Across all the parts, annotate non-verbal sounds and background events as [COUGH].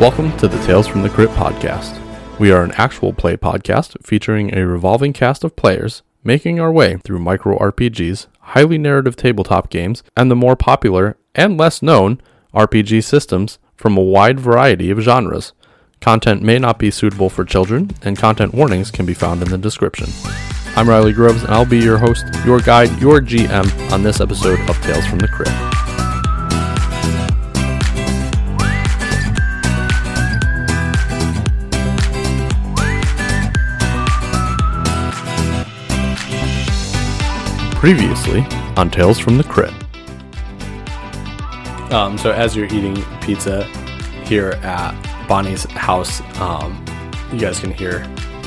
Welcome to the Tales from the Crypt podcast. We are an actual play podcast featuring a revolving cast of players making our way through micro RPGs, highly narrative tabletop games, and the more popular and less known RPG systems from a wide variety of genres. Content may not be suitable for children, and content warnings can be found in the description. I'm Riley Groves, and I'll be your host, your guide, your GM on this episode of Tales from the Crypt. Previously on Tales from the Crypt. Um, so as you're eating pizza here at Bonnie's house, um, you guys can hear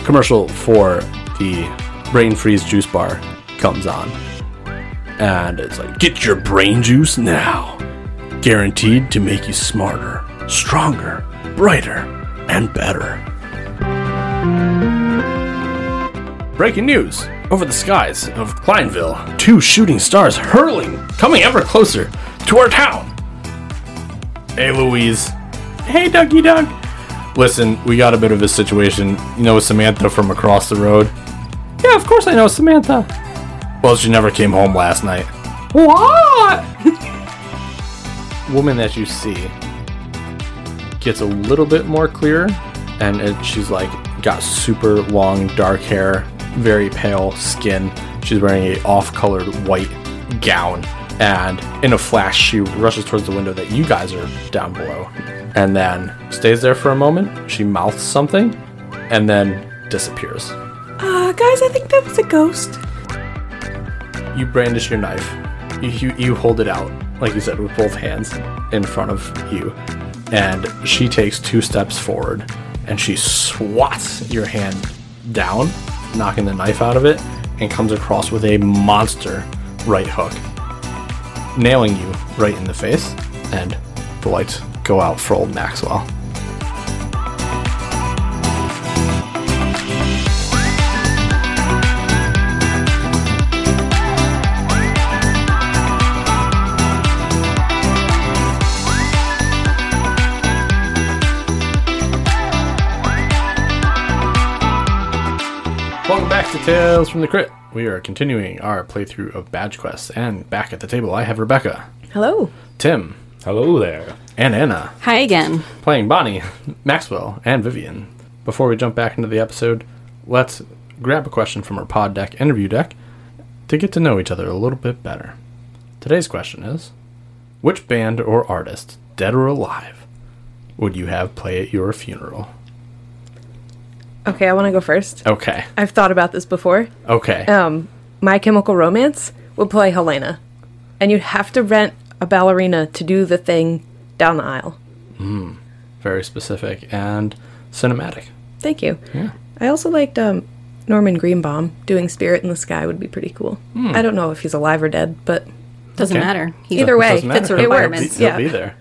commercial for the Brain Freeze juice bar comes on, and it's like get your brain juice now, guaranteed to make you smarter, stronger, brighter, and better. Breaking news! Over the skies of Kleinville, two shooting stars hurling, coming ever closer to our town. Hey, Louise. Hey, Dougie Doug. Listen, we got a bit of a situation. You know Samantha from across the road? Yeah, of course I know Samantha. Well, she never came home last night. What? [LAUGHS] Woman that you see gets a little bit more clear and it, she's like got super long dark hair very pale skin she's wearing a off-colored white gown and in a flash she rushes towards the window that you guys are down below and then stays there for a moment she mouths something and then disappears Uh, guys, I think that was a ghost. you brandish your knife you, you, you hold it out like you said with both hands in front of you and she takes two steps forward and she swats your hand down knocking the knife out of it and comes across with a monster right hook nailing you right in the face and the lights go out for old maxwell Welcome back to Tales from the Crypt. We are continuing our playthrough of Badge Quest, and back at the table, I have Rebecca, Hello. Tim, Hello there. and Anna. Hi again. playing Bonnie, Maxwell, and Vivian. Before we jump back into the episode, let's grab a question from our pod deck interview deck to get to know each other a little bit better. Today's question is Which band or artist, dead or alive, would you have play at your funeral? Okay, I want to go first. Okay. I've thought about this before. Okay. Um, My Chemical Romance would play Helena, and you'd have to rent a ballerina to do the thing down the aisle. Very specific and cinematic. Thank you. Yeah. I also liked um, Norman Greenbaum doing Spirit in the Sky would be pretty cool. Hmm. I don't know if he's alive or dead, but Doesn't Okay. matter. He- Either way, Doesn't matter. fits the It'll be- requirements, It'll yeah. be there.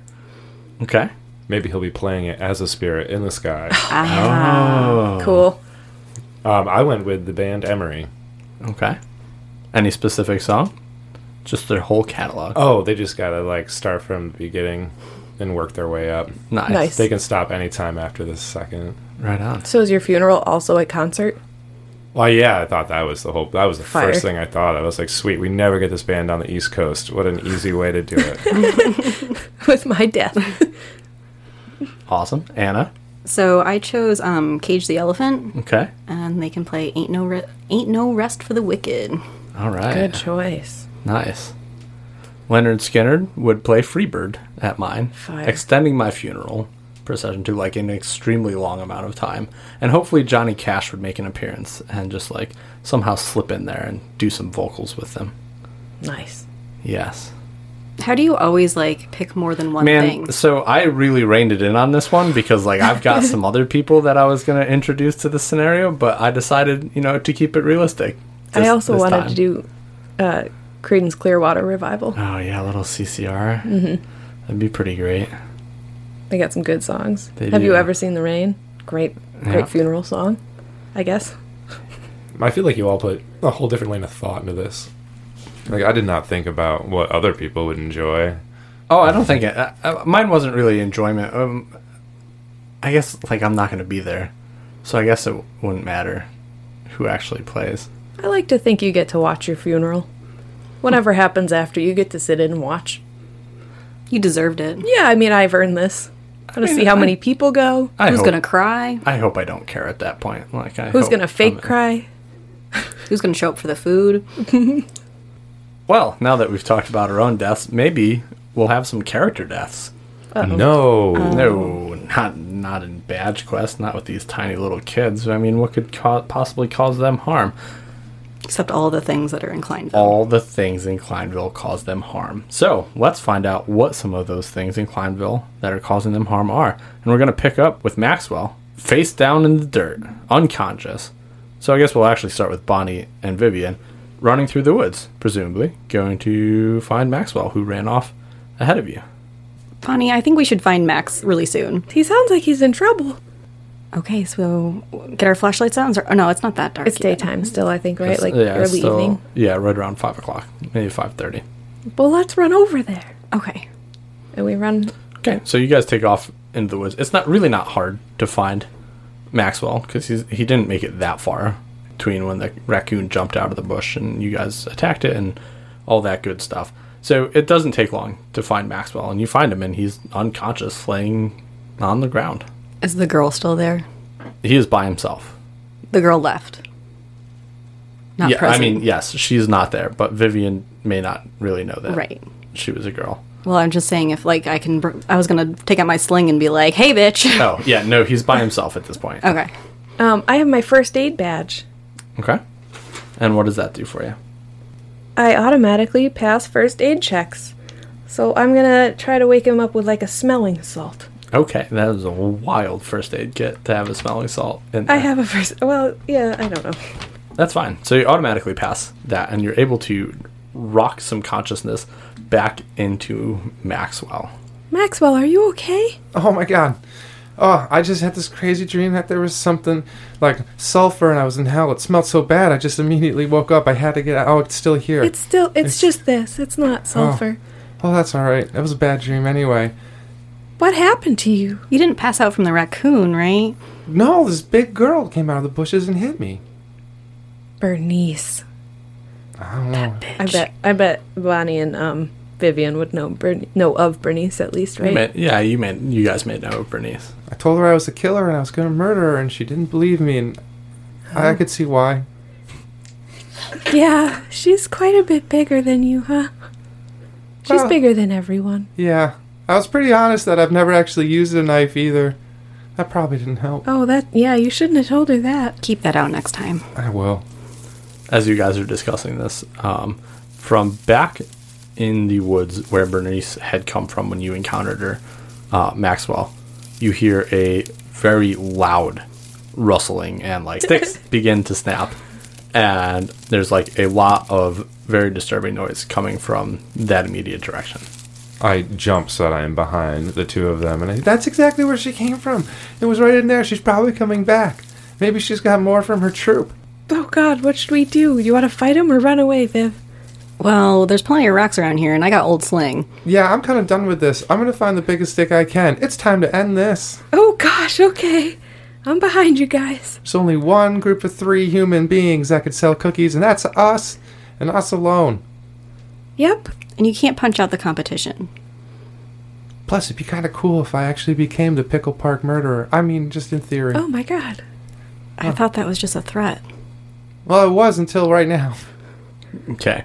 Okay. Maybe he'll be playing it as a spirit in the sky. [LAUGHS] Oh. cool. um, I went with the band Emery. Okay. Any specific song? Just their whole catalog. Oh, they just gotta like start from the beginning and work their way up. Nice. They can stop anytime after this second. Right on. So is your funeral also a concert? [LAUGHS] Well, yeah, I thought that was the whole. That was the Fire. first thing I thought. I was like, sweet, we never get this band on the East Coast. What an easy way to do [LAUGHS] it. With [LAUGHS] my death. Awesome. Anna. so I chose um, Cage the Elephant, Okay. and they can play Ain't No Re- Ain't No Rest for the Wicked. All right. Good choice. Nice. Leonard Skinner would play Freebird at mine, Fire. extending my funeral procession to like an extremely long amount of time. And hopefully Johnny Cash would make an appearance and just like somehow slip in there and do some vocals with them. Nice. Yes. How do you always like pick more than one Man, thing? so I really reined it in on this one because like I've got some [LAUGHS] other people that I was going to introduce to the scenario, but I decided, you know, to keep it realistic. I this- also this wanted time. to do uh, Creedence Clearwater Revival. Oh yeah, a little CCR. Mm-hmm. That'd be pretty great. They got some good songs. They Have you do. ever seen the rain? Great, great Yeah. funeral song, I guess. I feel like you all put a whole different lane of thought into this. Like I did not think about what other people would enjoy. Oh, I don't think it. Uh, uh, mine wasn't really enjoyment. Um, I guess like I'm not going to be there, so I guess it wouldn't matter who actually plays. I like to think you get to watch your funeral. Whatever happens after, you get to sit in and watch. You deserved it. Yeah, I mean, I've earned this. I'm gonna see how many people go. I Who's hope, gonna cry? I hope I don't care at that point. Like, I Who's hope gonna I'm- fake cry? Who's gonna show up for the food? Well, now that we've talked about our own deaths, maybe we'll have some character deaths. No. No, not not in Badge Quest, not with these tiny little kids. I mean, what could ca- possibly cause them harm? Except all the things that are inclined. All the things in Kleinville cause them harm. So let's find out what some of those things in Kleinville that are causing them harm are. And we're going to pick up with Maxwell, face down in the dirt, unconscious. So I guess we'll actually start with Bonnie and Vivian running through the woods, presumably going to find Maxwell, who ran off ahead of you. Bonnie, I think we should find Max really soon. He sounds like he's in trouble. Okay, so get our flashlights out. and start- Oh no, it's not that dark. It's yet. daytime still, I think, right? Like Yeah, early still- evening. Yeah, right around five o'clock, maybe five thirty. Well, let's run over there. Okay. And we run. Okay, so you guys take off into the woods. It's not really not hard to find Maxwell because he's he didn't make it that far between when the raccoon jumped out of the bush and you guys attacked it and all that good stuff. So it doesn't take long to find Maxwell, and you find him, and he's unconscious, laying on the ground. Is the girl still there? He is by himself. The girl left. Not yeah, present. I mean, yes, she's not there, but Vivian may not really know that. Right. She was a girl. Well, I'm just saying if like I can, br- I was gonna take out my sling and be like, "Hey, bitch." [LAUGHS] Oh, yeah, no, he's by himself at this Oh, point. Okay. Um, I have my first aid badge. Okay. And what does that do for you? I automatically pass first aid checks. So I'm gonna try to wake him up with like a smelling salt. Okay, that is a wild first aid kit to have a smelling salt. In I there. have a first. Well, yeah, I don't know. That's fine. So you automatically pass that, and you're able to rock some consciousness back into Maxwell. Maxwell, are you okay? Oh my god. Oh, I just had this crazy dream that there was something like sulfur and I was in hell. It smelled so bad I just immediately woke up. I had to get out. Oh, it's still here. It's still. It's, just this. It's not sulfur. oh, that's alright. That was a bad dream anyway. What happened to you? You didn't pass out from the raccoon, right? No, this big girl came out of the bushes and hit me. Bernice. I don't know. I bet. I bet Bonnie and um Vivian would know Bern- know of Bernice at least, right? You may- yeah, you may, you guys may know Bernice. I told her I was the killer and I was going to murder her, and she didn't believe me, and I, I could see why. Yeah, she's quite a bit bigger than you, huh? She's Well- bigger than everyone. Yeah, I was pretty honest that I've never actually used a knife either. That probably didn't help. Oh, that. Yeah, you shouldn't have told her that. Keep that out next time. I will. As you guys are discussing this, um, from back in the woods where Bernice had come from when you encountered her, uh, Maxwell, you hear a very loud rustling and like sticks begin to snap. And there's like a lot of very disturbing noise coming from that immediate direction. I jump so that I am behind the two of them, and I, that's exactly where she came from. It was right in there. She's probably coming back. Maybe she's got more from her troop. Oh God, what should we do? You want to fight him or run away, Viv? Well, there's plenty of rocks around here, and I got old sling. Yeah, I'm kind of done with this. I'm gonna find the biggest stick I can. It's time to end this. Oh gosh, okay. I'm behind you guys. There's only one group of three human beings that could sell cookies, and that's us, and us alone. Yep. And you can't punch out the competition. Plus, it'd be kind of cool if I actually became the Pickle Park murderer. I mean, just in theory. Oh my God. I Oh. thought that was just a threat. Well, it was until right now. Okay.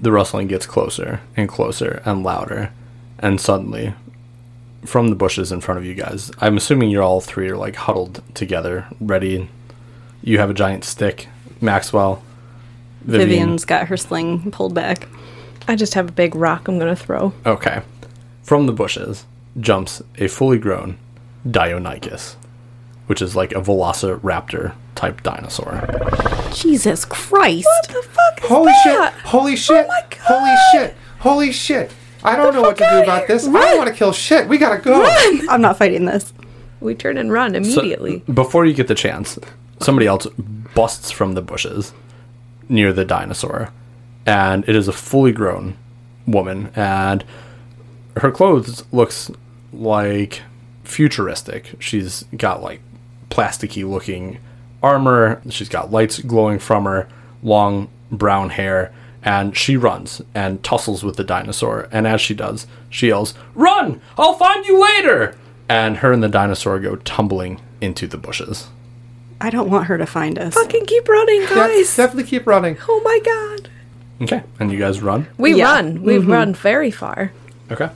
The rustling gets closer and closer and louder. And suddenly, from the bushes in front of you guys, I'm assuming you're all three are like huddled together, ready. You have a giant stick, Maxwell, Vivian. Vivian's got her sling pulled back. I just have a big rock I'm gonna throw. Okay. From the bushes jumps a fully grown Dionyscus, which is like a velociraptor type dinosaur. Jesus Christ! the fuck is Holy shit! Holy shit! Oh my Holy God. shit! Holy shit! I don't know what to fuck do outta about here. this. I don't want to kill shit. We gotta go. [LAUGHS] I'm not fighting this. We turn and run So, immediately. before you get the chance, somebody else busts from the bushes near the dinosaur, and it is a fully grown woman, and her clothes looks like futuristic. She's got like plasticky looking armor. She's got lights glowing from her, long brown hair, and she runs and tussles with the dinosaur. And as she does, she yells, Run! I'll find you later! And her and the dinosaur go tumbling into the bushes. I don't want her to find us. Fucking keep running, Yeah, guys. definitely keep running. Oh my god. Okay. And you guys run? We Yeah. Mm-hmm. run. We run very far. Okay.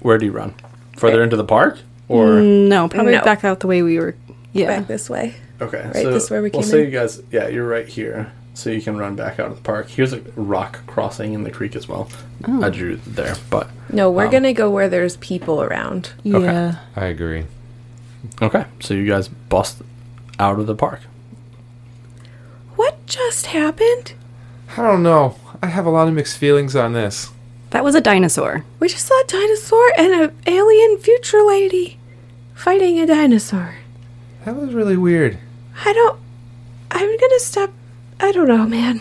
Where do you run? Further into the park? Or. Mm, No, probably No. back out the way we were. Yeah. Back this way. Okay, Right, this is where we we'll came say in. you guys. Yeah, you're right here, so you can run back out of the park. Here's a rock crossing in the creek as well. Oh. I drew there, but No, we're gonna go where there's people around. Yeah. I agree. okay. So you guys bust out of the park. What just happened? I don't know. I have a lot of mixed feelings on this. That was a dinosaur. We just saw a dinosaur and an alien future lady fighting a dinosaur. That was really weird. I don't. I'm gonna stop. I don't know, man.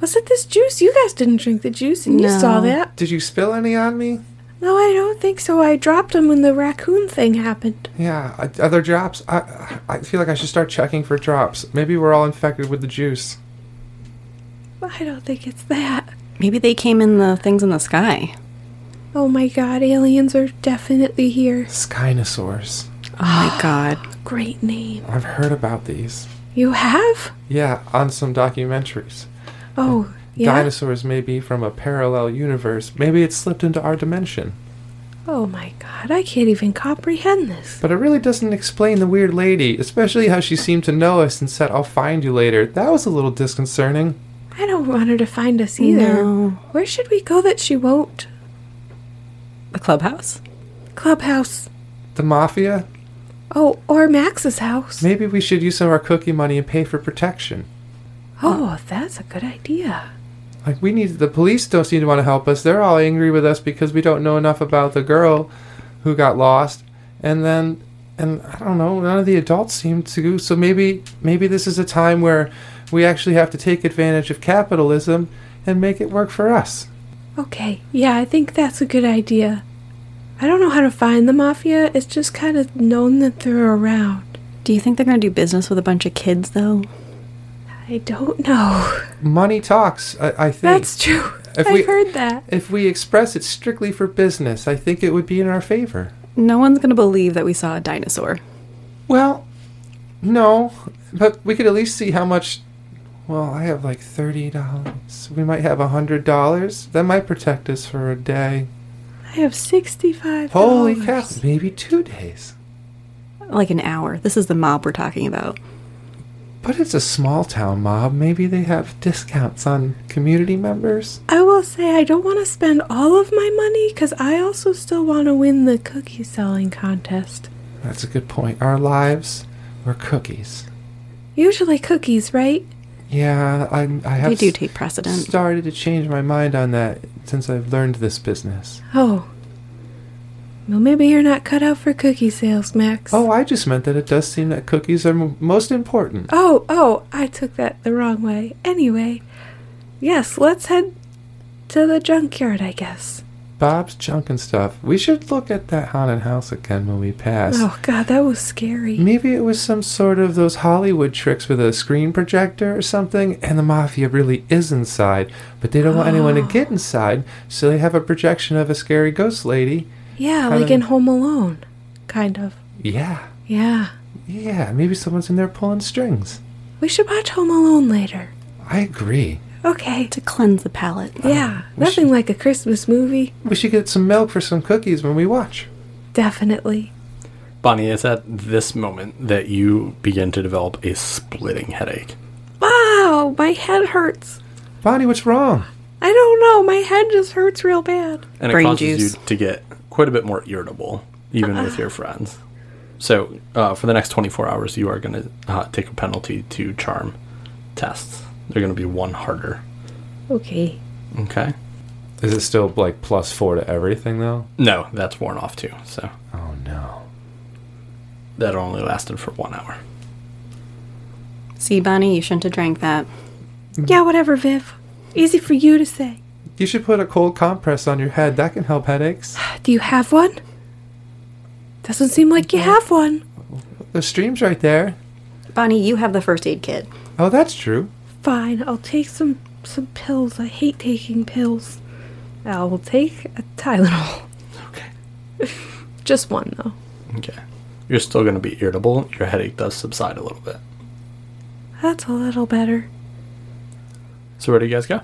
Was it this juice? You guys didn't drink the juice, and you saw No. that. Did you spill any on me? No, I don't think so. I dropped them when the raccoon thing happened. Yeah. I- Are there drops? I I feel like I should start checking for drops. Maybe we're all infected with the juice. I don't think it's that. Maybe they came in the things in the sky. Oh my god, aliens are definitely here. Skinosaurs. Oh Ah. my god. Great name. I've heard about these. You have? Yeah, on some documentaries. Oh, yeah. Dinosaurs may be from a parallel universe. Maybe it slipped into our dimension. oh my god, I can't even comprehend this. But it really doesn't explain the weird lady, especially how she seemed to know us and said, I'll find you later. That was a little disconcerting. I don't want her to find us either. No. Where should we go that she won't? The clubhouse? Clubhouse. The mafia? Oh, or Max's house. Maybe we should use some of our cookie money and pay for protection. Oh, that's a good idea. Like, we need. The police don't seem to want to help us. They're all angry with us because we don't know enough about the girl who got lost. And then. And I don't know, none of the adults seem to. So maybe. Maybe this is a time where we actually have to take advantage of capitalism and make it work for us. Okay, yeah, I think that's a good idea. I don't know how to find the mafia. It's just kind of known that they're around. Do you think they're going to do business with a bunch of kids, though? I don't know. Money talks, I, I think. That's true. [LAUGHS] If I've we- heard that. If we express it strictly for business, I think it would be in our favor. No one's going to believe that we saw a dinosaur. Well, no, but we could at least see how much. Well, I have like thirty dollars. We might have a hundred dollars. That might protect us for a day. I have sixty-five. Holy cow! dollars. Maybe two days. Like an hour. This is the mob we're talking about. But it's a small town mob. Maybe they have discounts on community members. I will say I don't want to spend all of my money because I also still want to win the cookie selling contest. That's a good point. Our lives were cookies. Usually cookies, right? Yeah, I, I have They do s- take precedent. started to change my mind on that since I've learned this business. Oh. Well, maybe you're not cut out for cookie sales, Max. Oh, I just meant that it does seem that cookies are m- most important. Oh, oh, I took that the wrong way. Anyway, yes, let's head to the junkyard, I guess. Bob's junk and stuff. We should look at that haunted house again when we pass. Oh, God, that was scary. Maybe it was some sort of those Hollywood tricks with a screen projector or something, and the mafia really is inside, but they don't want anyone to get inside, so they have a projection of a scary ghost lady. Yeah, Mm-hmm. Kinda- like in Home Alone. Kind of. Yeah, Yeah. yeah, maybe someone's in there pulling strings. We should watch Home Alone later. I agree. Okay. to cleanse the palate. Yeah. Nothing like a Christmas movie. We should get some milk for some cookies when we watch. Definitely. Bonnie, it's at this moment that you begin to develop a splitting headache. Wow, my head hurts. Bonnie, what's wrong? I don't know. My head just hurts real bad. and Brain it causes juice. you to get quite a bit more irritable, even with your friends. So, uh, for the next 24 hours, you are going to uh, take a penalty to charm tests. They're going to be one harder. Okay. Okay. Is it still like plus four to everything though? No, that's worn off too. So Oh no. that only lasted for one hour. See, Bonnie, you shouldn't have drank that. Yeah, whatever, Viv. Easy for you to say. You should put a cold compress on your head. That can help headaches. Do you have one? Doesn't seem like you have one. The stream's right there. Bonnie, you have the first aid kit. Oh, that's true. Fine, I'll take some some pills. I hate taking pills. I will take a Tylenol. Okay. [LAUGHS] Just one though. Okay. You're still going to be irritable. Your headache does subside a little bit. That's a little better. So where do you guys go?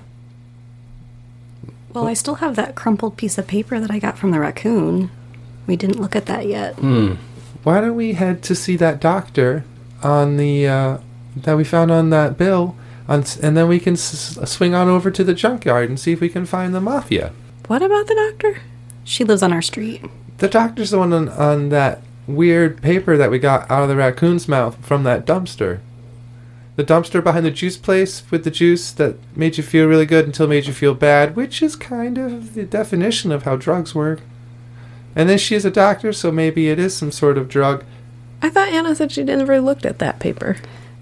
Well, I still have that crumpled piece of paper that I got from the raccoon. We didn't look at that yet. Hmm. Why don't we head to see that doctor on the uh, that we found on that bill, on, s- and then we can s- s- swing on over to the junkyard and see if we can find the mafia. What about the doctor? She lives on our street. The doctor's the one on, on that weird paper that we got out of the raccoon's mouth from that dumpster. The dumpster behind the juice place with the juice that made you feel really good until made you feel bad, which is kind of the definition of how drugs work. And then she is a doctor, so maybe it is some sort of drug. I thought Anna said she never looked at that paper.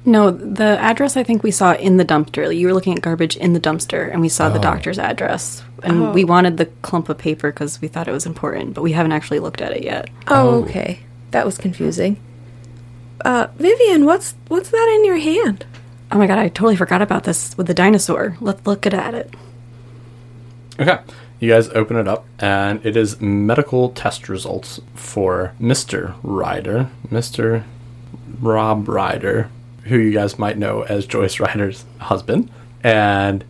No, the address I think we saw in the dumpster. You were looking at garbage in the dumpster, and we saw the doctor's address. And Oh. we wanted the clump of paper because we thought it was important, but we haven't actually looked at it yet. Oh, okay. That was confusing. Uh, Vivian, what's what's that in your hand? Oh my god, I totally forgot about this with the dinosaur. Let's look at it. Okay. You guys open it up, and it is medical test results for Mr. Ryder, Mr. Rob Ryder, who you guys might know as Joyce [LAUGHS] Ryder's husband. And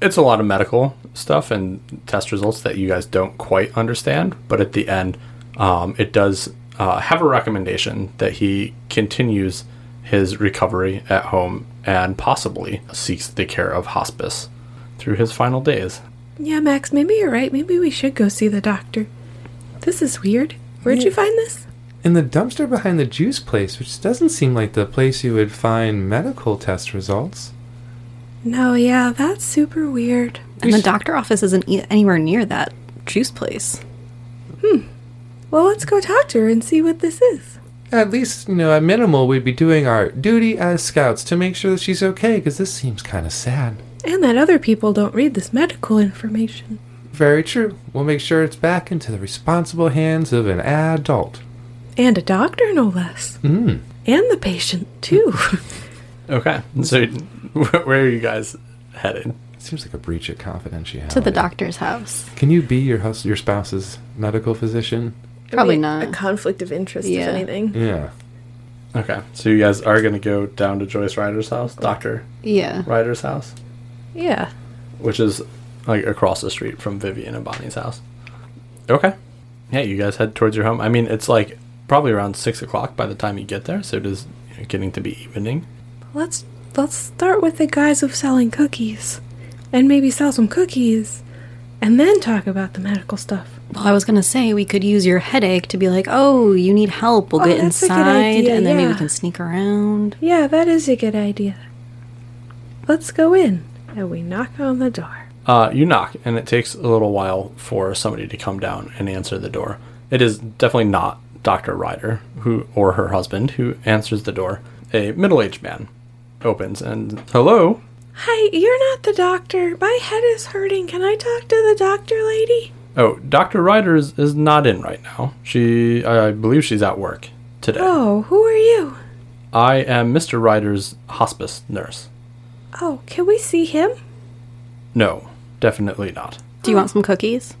it's a lot of medical stuff and test results that you guys don't quite understand. But at the end, um, it does uh, have a recommendation that he continues his recovery at home and possibly seeks the care of hospice through his final days. Yeah, Max, maybe you're right. Maybe we should go see the doctor. This is weird. Where'd you find this? In the dumpster behind the juice place, which doesn't seem like the place you would find medical test results. No, yeah, that's super weird. And the doctor office isn't e- anywhere near that juice place. Well, let's go talk to her and see what this is. At least, you know, at minimal, we'd be doing our duty as scouts to make sure that she's okay, because this seems kind of sad. And that other people don't read this medical information. Very true. We'll make sure it's back into the responsible hands of an adult. And a doctor, no less. Mm. And the patient, too. Okay. So, [LAUGHS] wh- where are you guys headed? Seems like a breach of confidentiality. To the doctor's house. Can you be your hus- your spouse's medical physician? Probably not. A conflict of interest, Yeah. if anything. Yeah. Okay. So, you guys are going to go down to Joyce Ryder's house, Dr. Yeah. Ryder's house, Yeah. which is like across the street from Vivian and Bonnie's house. Okay. Yeah, you guys head towards your home. I mean, it's like probably around six o'clock by the time you get there. So, it is you know, getting to be evening. Let's let's start with the guise of selling cookies, and maybe sell some cookies, and then talk about the medical stuff. Well, I was gonna say we could use your headache to be like, "Oh, you need help. We'll Oh, get that's a good inside, idea, and then maybe yeah. we can sneak around." Yeah, that is a good idea. Let's go in, and we knock on the door. Uh, you knock, and it takes a little while for somebody to come down and answer the door. It is definitely not Dr. Ryder who or her husband who answers the door. A middle-aged man opens and hello. Hi, you're not the doctor. My head is hurting. Can I talk to the doctor lady? Oh, Dr. Ryder is, is not in right now. She, I believe, she's at work today. Oh, who are you? I am Mr. Ryder's hospice nurse. Oh, can we see him? No, definitely not. Do you want some cookies?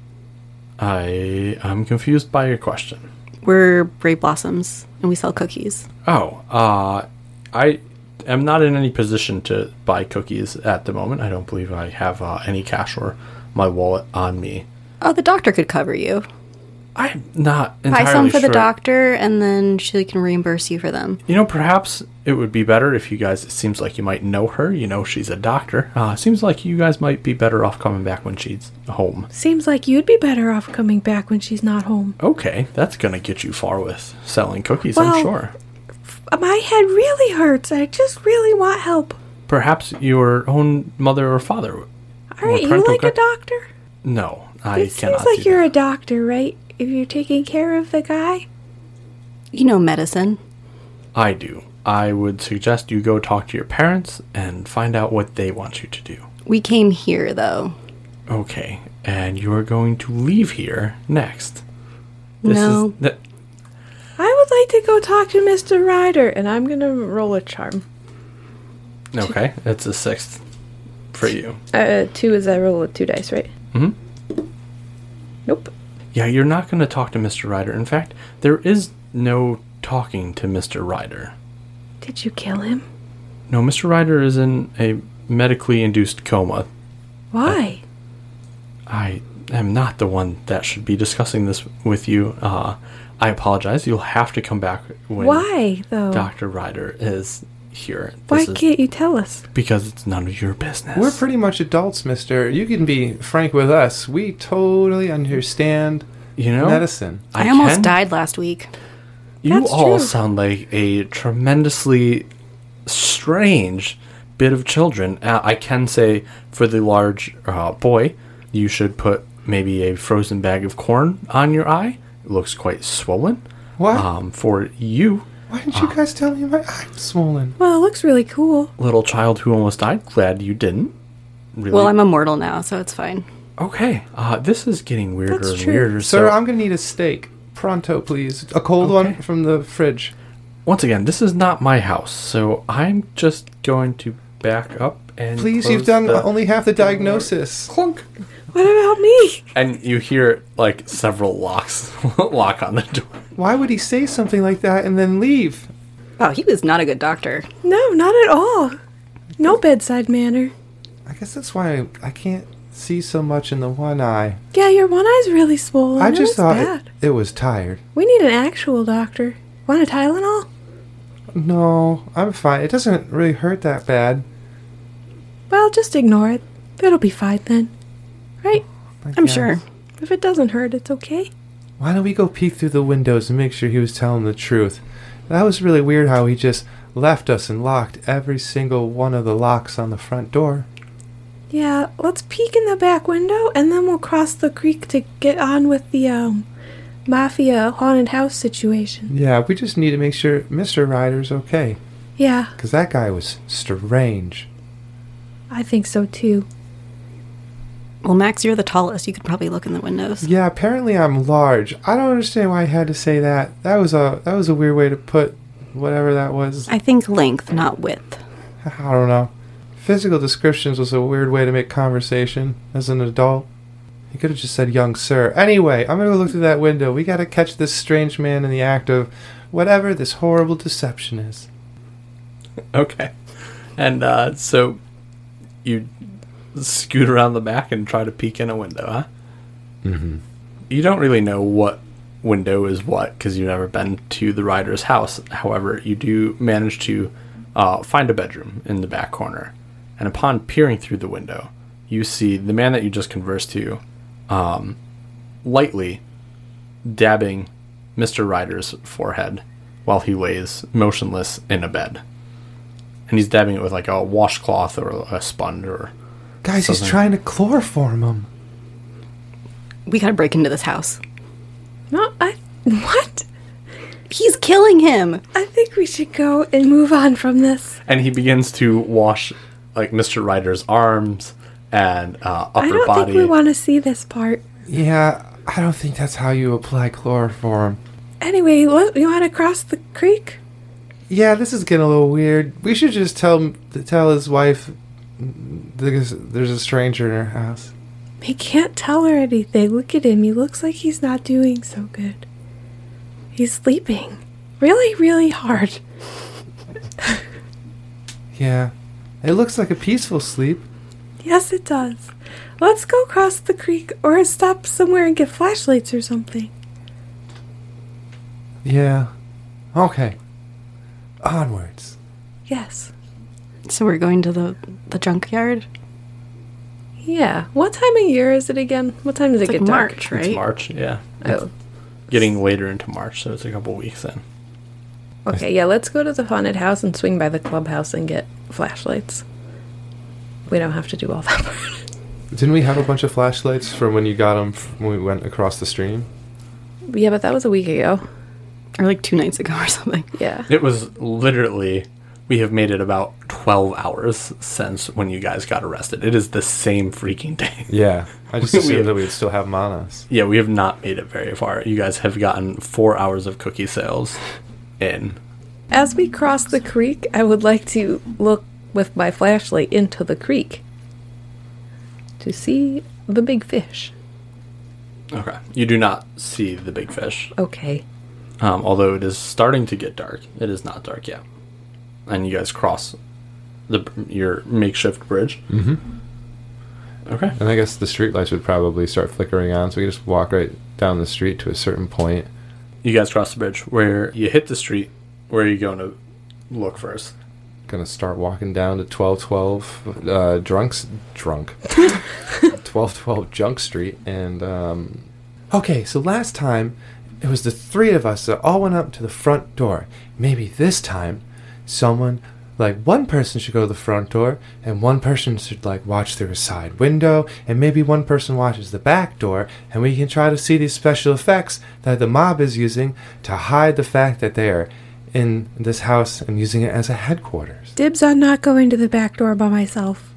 I am confused by your question. We're Brave Blossoms, and we sell cookies. Oh, uh, I am not in any position to buy cookies at the moment. I don't believe I have uh, any cash or my wallet on me. Oh, the doctor could cover you. I'm not entirely Buy some for sure. the doctor, and then she can reimburse you for them. You know, perhaps it would be better if you guys. It seems like you might know her. You know, she's a doctor. Uh, it seems like you guys might be better off coming back when she's home. Seems like you'd be better off coming back when she's not home. Okay, that's gonna get you far with selling cookies. Well- I'm sure. Uh, My head really hurts. I just really want help. Perhaps your own mother or father. Aren't you parental like a guide- doctor? No, I It cannot. seems like do you're that. a doctor, right? If you're taking care of the guy? You know medicine. I do. I would suggest you go talk to your parents and find out what they want you to do. We came here though. Okay, and you are going to leave here next. This No. is th- I like to go talk to Mr. Ryder, and I'm gonna roll a charm. Okay, it's a sixth for you. Uh, two is I roll a two dice, right? Mhm. Nope. Yeah, you're not going to talk to Mr. Ryder. In fact, there is no talking to Mr. Ryder. Did you kill him? No, Mr. Ryder is in a medically induced coma. Why? I am not the one that should be discussing this with you. Uh, I apologize. You'll have to come back when Why though? Dr. Ryder is here. Oh. Why This is can't you tell us? because it's none of your business. We're pretty much adults, mister. You can be frank with us. We totally understand you know. medicine. I, almost can- died last week. You That's all true. sound like a tremendously strange bit of children. Uh, I can say for the large uh, boy, you should put maybe a frozen bag of corn on your eye. It looks quite swollen. What? Um, for you, Why didn't Ah. you guys tell me my I'm swollen? Well, it looks really cool. little child who almost died, glad you didn't. Really? Well, I'm immortal now, so it's fine. okay. Uh, this is getting weirder That's and true. weirder. Sir, so I'm gonna need a steak. Pronto, please. A cold one Okay. from the fridge. once again, this is not my house, so I'm just going to back up and Please, close you've done the- only half the diagnosis. Clunk. What about [LAUGHS] me? and you hear like several locks [LAUGHS] lock on the door. Why would he say something like that and then leave? Wow, Oh, he was not a good doctor. No, not at all. No bedside manner. I guess that's why I, I can't see so much in the one eye. Yeah, your one eye's really swollen. I It just looks thought it, bad. it was tired. we need an actual doctor. Want a Tylenol? No, I'm fine. It doesn't really hurt that bad. Well, just ignore it. It'll be fine then. Right? I I'm guess. sure. If it doesn't hurt, it's okay. Why don't we go peek through the windows and make sure he was telling the truth? That was really weird how he just left us and locked every single one of the locks on the front door. Yeah, let's peek in the back window and then we'll cross the creek to get on with the um mafia haunted house situation. Yeah, we just need to make sure Mr. Ryder's okay. Yeah, Because that guy was strange. I think so too. Well, Max, you're the tallest. You could probably look in the windows. Yeah, apparently I'm large. I don't understand why I had to say that. That was a that was a weird way to put whatever that was. [LAUGHS] I think length, not width. I don't know. Physical descriptions was a weird way to make conversation as an adult. He could have just said young sir. Anyway, I'm gonna go look through that window. We gotta catch this strange man in the act of whatever this horrible deception is. [LAUGHS] Okay, and uh, so you scoot around the back and try to peek in a window, huh? Mm-hmm. You don't really know what window is what because you've never been to the rider's house. However, you do manage to uh, find a bedroom in the back corner, and upon peering through the window, you see the man that you just conversed to, um, lightly dabbing Mr. Ryder's forehead while he lays motionless in a bed. And he's dabbing it with like a washcloth or a sponge or. Guys, he's Something. trying to chloroform him. We gotta break into this house. No, I [LAUGHS] what? He's killing him. I think we should go and move on from this. And he begins to wash like Mr. Ryder's arms and uh, upper I don't body. think we want to see this part. Yeah, I don't think that's how you apply chloroform. Anyway, what, you want to cross the creek? Yeah, this is getting a little weird. We should just tell tell his wife there's, there's a stranger in her house. He can't tell her anything. Look at him. He looks like he's not doing so good. He's sleeping really, really hard. Yeah, it looks like a peaceful sleep. Yes, it does. Let's go cross the creek or stop somewhere and get flashlights or something. Yeah. Okay. Onwards. Yes. So we're going to the the junkyard. Yeah. What time of year is it again? What time does It's it like get March, It's right? March, yeah. dark? Oh. Getting later into March, so it's a couple weeks in. Okay, yeah, let's go to the haunted house and swing by the clubhouse and get flashlights. We don't have to do all that [LAUGHS] part. Didn't we have a bunch of flashlights from when you got them when we went across the stream? yeah, but that was a week ago. Or like two nights ago or [LAUGHS] something. Yeah. It was literally, we have made it about 12 hours since when you guys got arrested. It is the same freaking day. [LAUGHS] Yeah. I just We- [LAUGHS] assumed we- that we'd still have them on us. Yeah, we have not made it very far. You guys have gotten four hours of cookie sales in. As we cross the creek, I would like to look with my flashlight into the creek to see the big fish. Okay. You do not see the big fish, Okay. um, although it is starting to get dark. It is not dark yet. And you guys cross the your makeshift bridge. Mm-hmm. Okay. And I guess the street lights would probably start flickering on, so we could just walk right down the street to a certain point. You guys cross the bridge where you hit the street. Where are you going to look first? Gonna start walking down to twelve twelve uh, drunks drunk twelve twelve Junk Street and um, okay. So last time it was the three of us that all went up to the front door. Maybe this time someone like one person should go to the front door and one person should like watch through a side window and maybe one person watches the back door and we can try to see these special effects that the mob is using to hide the fact that they are in this house and using it as a headquarters. Dibs on not going to the back door by myself.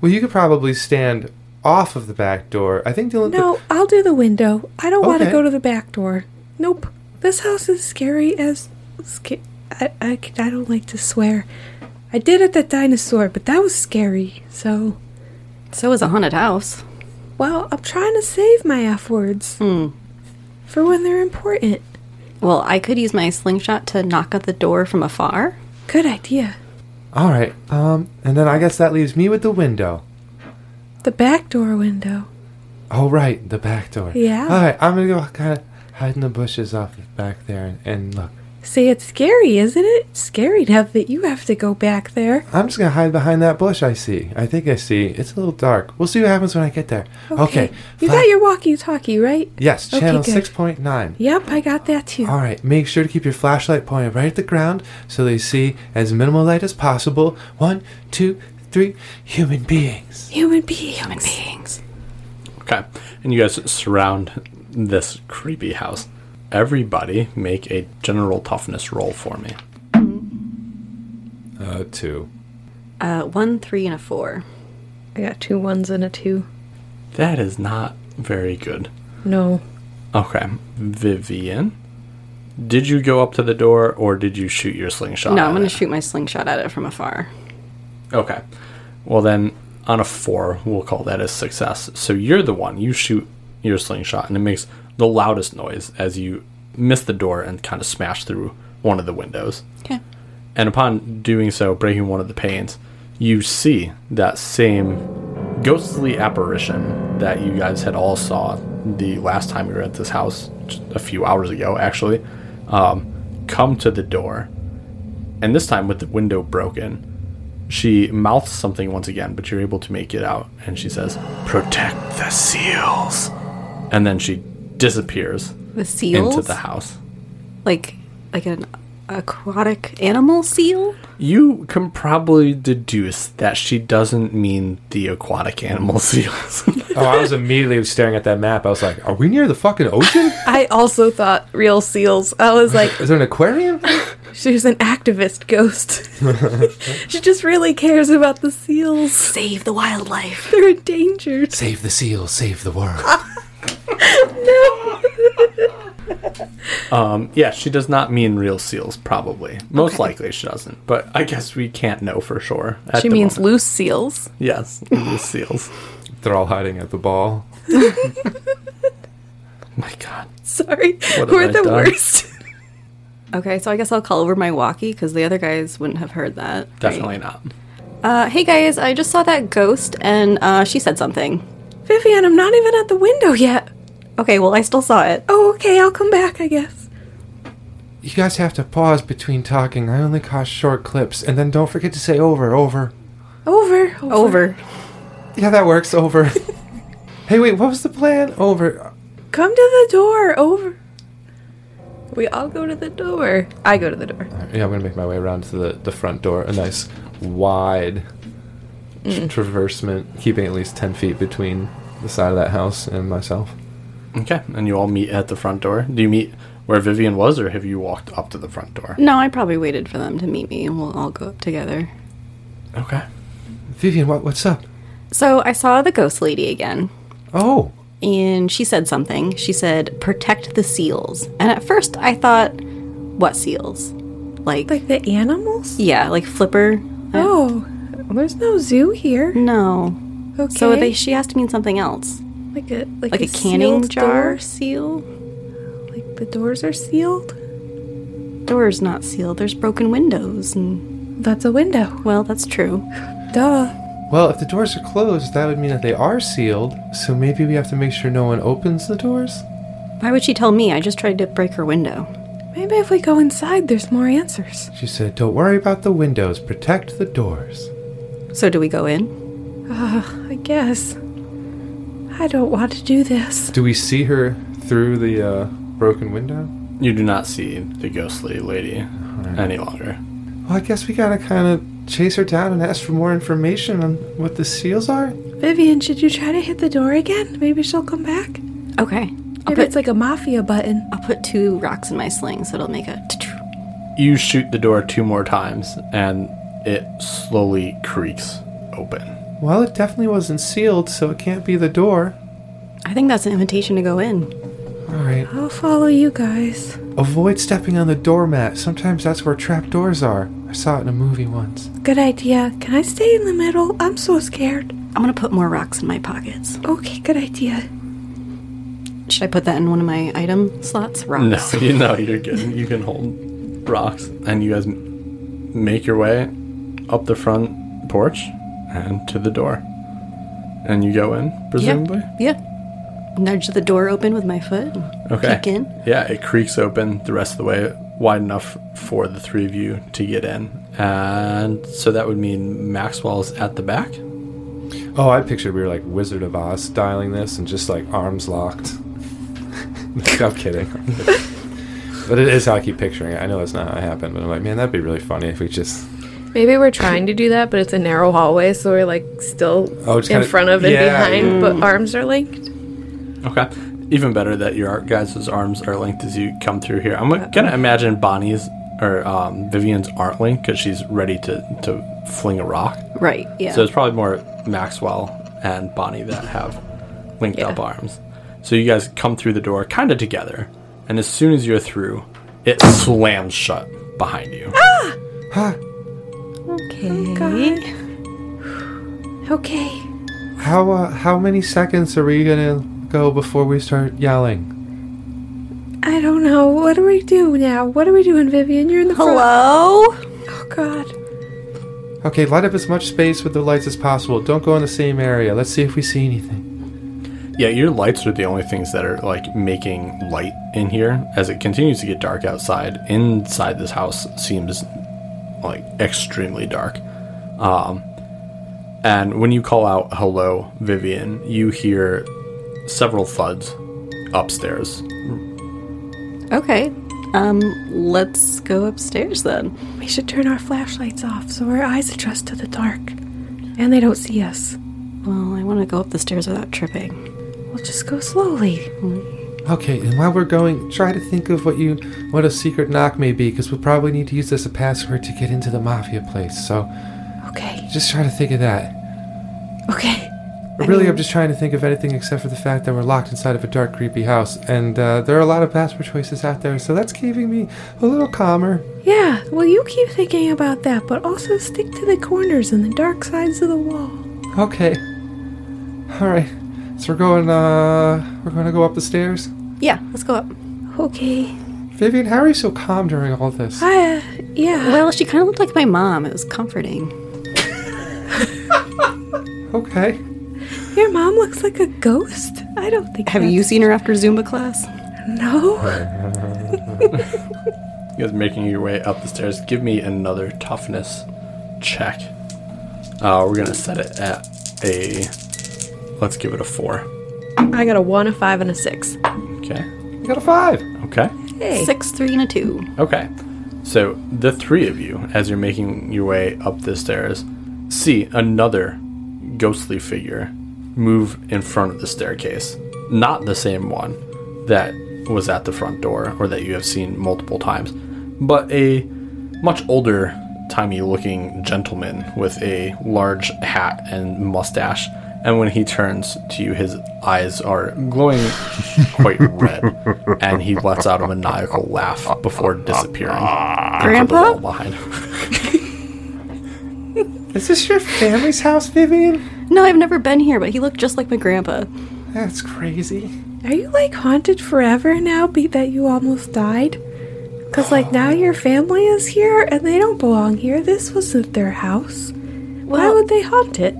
Well, you could probably stand off of the back door. I think the only No, I'll do the window. I don't want to Okay. go to the back door. Nope. This house is scary as. Sca- I, I, c- I don't like to swear. I did at that dinosaur, but that was scary, so. So is a haunted house. Well, I'm trying to save my F words. Hmm. For when they're important. Well, I could use my slingshot to knock at the door from afar. Good idea. All right. Um, and then I guess that leaves me with the window. The back door window. Oh, right, the back door. Yeah. All right, I'm gonna go kind of hide in the bushes off back there and, and look. See, it's scary, isn't it? Scary to have that you have to go back there. I'm just gonna hide behind that bush. I see. I think I see. It's a little dark. We'll see what happens when I get there. Okay. You fla- got your walkie talkie, right? yes, Okay, channel good. six point nine. Yep, I got that too. All right, make sure to keep your flashlight pointed right at the ground so they see as minimal light as possible. One, two, three, human beings. Human beings. Human beings. Okay. And you guys surround this creepy house. Everybody make a general toughness roll for me. Uh, two. Uh, one, three, and a four. I got two ones and a two. That is not very good. No. Okay. Vivian, did you go up to the door or did you shoot your slingshot? no, I'm at going to it? shoot my slingshot at it from afar. Okay. Well, then on a four, we'll call that a success. So you're the one. You shoot your slingshot, and it makes the loudest noise as you miss the door and kind of smash through one of the windows. Okay. And upon doing so, breaking one of the panes, you see that same ghostly apparition that you guys had all saw the last time we were at this house just a few hours ago, actually, um, come to the door. And this time, with the window broken, she mouths something once again, but you're able to make it out. And she says, Protect the seals. And then she disappears The seals? into the house. Like, like an aquatic animal seal? You can probably deduce that she doesn't mean the aquatic animal [LAUGHS] seals. Oh, I was immediately staring at that map. I was like, "Are we near the fucking ocean? I also thought real seals. I was [LAUGHS] like, Is there an aquarium?" she's an [LAUGHS] activist ghost. she just really cares about the seals. Save the wildlife. They're endangered. save the seal, save the world. um, yeah, she does not mean real seals, probably. Most likely she doesn't, but I guess we can't know for sure. at She the means moment. loose seals. yes, [LAUGHS] loose seals. They're all hiding at the ball. My God, Sorry. What have We're I the done? worst. Okay, so I guess I'll call over my walkie because the other guys wouldn't have heard that. right? definitely not. Uh, hey guys, I just saw that ghost and uh, she said something. Vivian, I'm not even at the window yet. Okay, well, I still saw [LAUGHS] it. Oh, okay, I'll come back, I guess. You guys have to pause between talking. I only caught short clips, and then don't forget to say over, over. Over. Over. Yeah, that works. Over. [LAUGHS] hey, wait, what was the plan? Over. Come to the door. Over. We all go to the door. I go to the door. Uh, Yeah, I'm gonna make my way around to the, the front door. A nice wide traversement, keeping at least ten feet between the side of that house and myself. Okay, and you all meet at the front door. Do you meet where Vivian was, or have you walked up to the front door? No, I probably waited for them to meet me and we'll all go up together. Okay. Vivian, what what's up? So I saw the ghost lady again Oh, and she said something. She said, protect the seals. And at first I thought, what seals? Like, Like the animals? yeah, like Flipper. Oh, there's no zoo here. No. Okay. So they, she has to mean something else, like a like, like a, canning sealed jar door? seal. Like the doors are sealed. Door's not sealed. There's broken windows, and That's a window. well, that's true. Duh. Well, if the doors are closed, that would mean that they are sealed. So maybe we have to make sure no one opens the doors. Why would she tell me? I just tried to break her window. Maybe if we go inside, there's more answers. She said, "Don't worry about the windows. Protect the doors." So do we go in? Ugh, I guess. I don't want to do this. Do we see her through the uh, broken window? You do not see the ghostly lady any longer. Well, I guess we gotta kind of chase her down and ask for more information on what the seals are. Vivian, should you try to hit the door again? Maybe she'll come back. Okay. I'll Maybe put, it's like a mafia button. I'll put two rocks in my sling so it'll make a. t-tr. You shoot the door two more times, and it slowly creaks open. Well, it definitely wasn't sealed, so it can't be the door. I think that's an invitation to go in. All right. I'll follow you guys. Avoid stepping on the doormat. Sometimes that's where trap doors are. I saw it in a movie once. Good idea. Can I stay in the middle? I'm so scared. I'm gonna put more rocks in my pockets. Okay, good idea. Should I put that in one of my item slots? [LAUGHS] No, Rocks. you know you're good. You can hold rocks, and you guys m- make your way up the front porch and to the door, and you go in presumably. Yeah. Nudge the door open with my foot. and Okay. Peek in. Yeah, it creaks open the rest of the way, wide enough for the three of you to get in, and so that would mean Maxwell's at the back. Oh, I pictured we were like Wizard of Oz styling this and just like arms locked. [LAUGHS] I'm kidding. [LAUGHS] but it is how I keep picturing it. I know that's not how it happened, but I'm like, man, that'd be really funny if we just. Maybe we're trying to do that, but it's a narrow hallway, so we're like still Oh, in it's kinda- front of and yeah, behind, yeah. but arms are linked. Okay. Even better that your guys' arms are linked as you come through here. I'm gonna imagine Bonnie's or um, Vivian's aren't linked because she's ready to to fling a rock. Right. Yeah. So it's probably more Maxwell and Bonnie that have linked up arms. So you guys come through the door kind of together, and as soon as you're through, it slams shut behind you. Huh? okay. Okay. How uh, how many seconds are we gonna go before we start yelling? I don't know. What do we do now? What are we doing, Vivian? You're in the front. Hello. Oh, God. Okay, light up as much space with the lights as possible. Don't go in the same area. Let's see if we see anything. Yeah, your lights are the only things that are like making light in here. As it continues to get dark outside, inside this house seems like extremely dark. Um, and when you call out "Hello, Vivian," you hear several thuds upstairs. Okay. Um, let's go upstairs then. We should turn our flashlights off so our eyes adjust to the dark. And they don't see us. Well, I want to go up the stairs without tripping. We'll just go slowly. Okay, and while we're going, try to think of what you what a secret knock may be, because we'll probably need to use this as a password to get into the mafia place. So Okay. just try to think of that. Okay. But really, I'm just trying to think of anything except for the fact that we're locked inside of a dark, creepy house, and uh, there are a lot of password choices out there, so that's keeping me a little calmer. Yeah, well, you keep thinking about that, but also stick to the corners and the dark sides of the wall. Okay. All right. So we're going. Uh, we're going to go up the stairs. Yeah, let's go up. Okay. Vivian, how are you so calm during all this? I, uh, yeah. Well, she kind of looked like my mom. It was comforting. Okay. Your mom looks like a ghost. I don't think. Have you seen her after Zumba class? No. You guys making your way up the stairs. Give me another toughness check. Uh, we're gonna set it at a. Let's give it a four. I got a one, a five, and a six. Okay. You got a five. Okay. Hey. Six, three, and a two. Okay. So the three of you, as you're making your way up the stairs, see another ghostly figure move in front of the staircase. Not the same one that was at the front door or that you have seen multiple times, but a much older timey looking gentleman with a large hat and mustache And when he turns to you, his eyes are glowing quite red, and he lets out a maniacal laugh before disappearing. into the Grandpa? wall behind him. Is this your family's house, Vivian? No, I've never been here, but he looked just like my grandpa. That's crazy. Are you like haunted forever now be that you almost died? Cause like now your family is here and they don't belong here. This wasn't their house. Why Well- would they haunt it?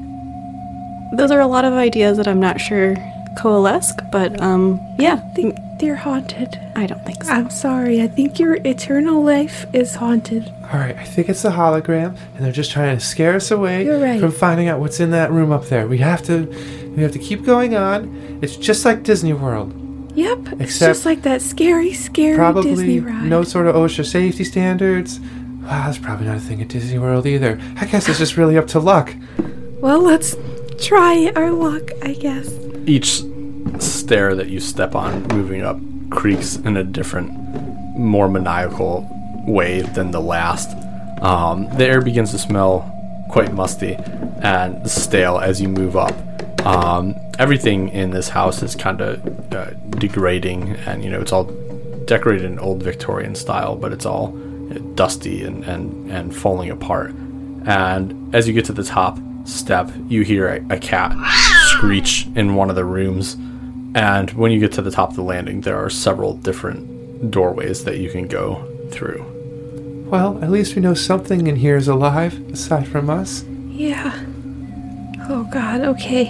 Those are a lot of ideas that I'm not sure coalesce, but um, yeah, I think they're haunted. I don't think so. I'm sorry. I think your eternal life is haunted. All right, I think it's the hologram, and they're just trying to scare us away You're right. from finding out what's in that room up there. We have to, we have to keep going on. It's just like Disney World. Yep. it's Except- just like that scary, scary Disney Probably ride. no sort of OSHA safety standards. Wow, that's probably not a thing at Disney World either. I guess it's just really up to luck. well, let's try our luck, I guess. [LAUGHS] each stair that you step on moving up creaks in a different more maniacal way than the last um, the air begins to smell quite musty and stale as you move up um, everything in this house is kind of uh, degrading and you know it's all decorated in old victorian style but it's all uh, dusty and, and, and falling apart and as you get to the top step you hear a, a cat screech in one of the rooms and when you get to the top of the landing there are several different doorways that you can go through Well, at least we know something in here is alive, aside from us. Yeah. Oh God. Okay.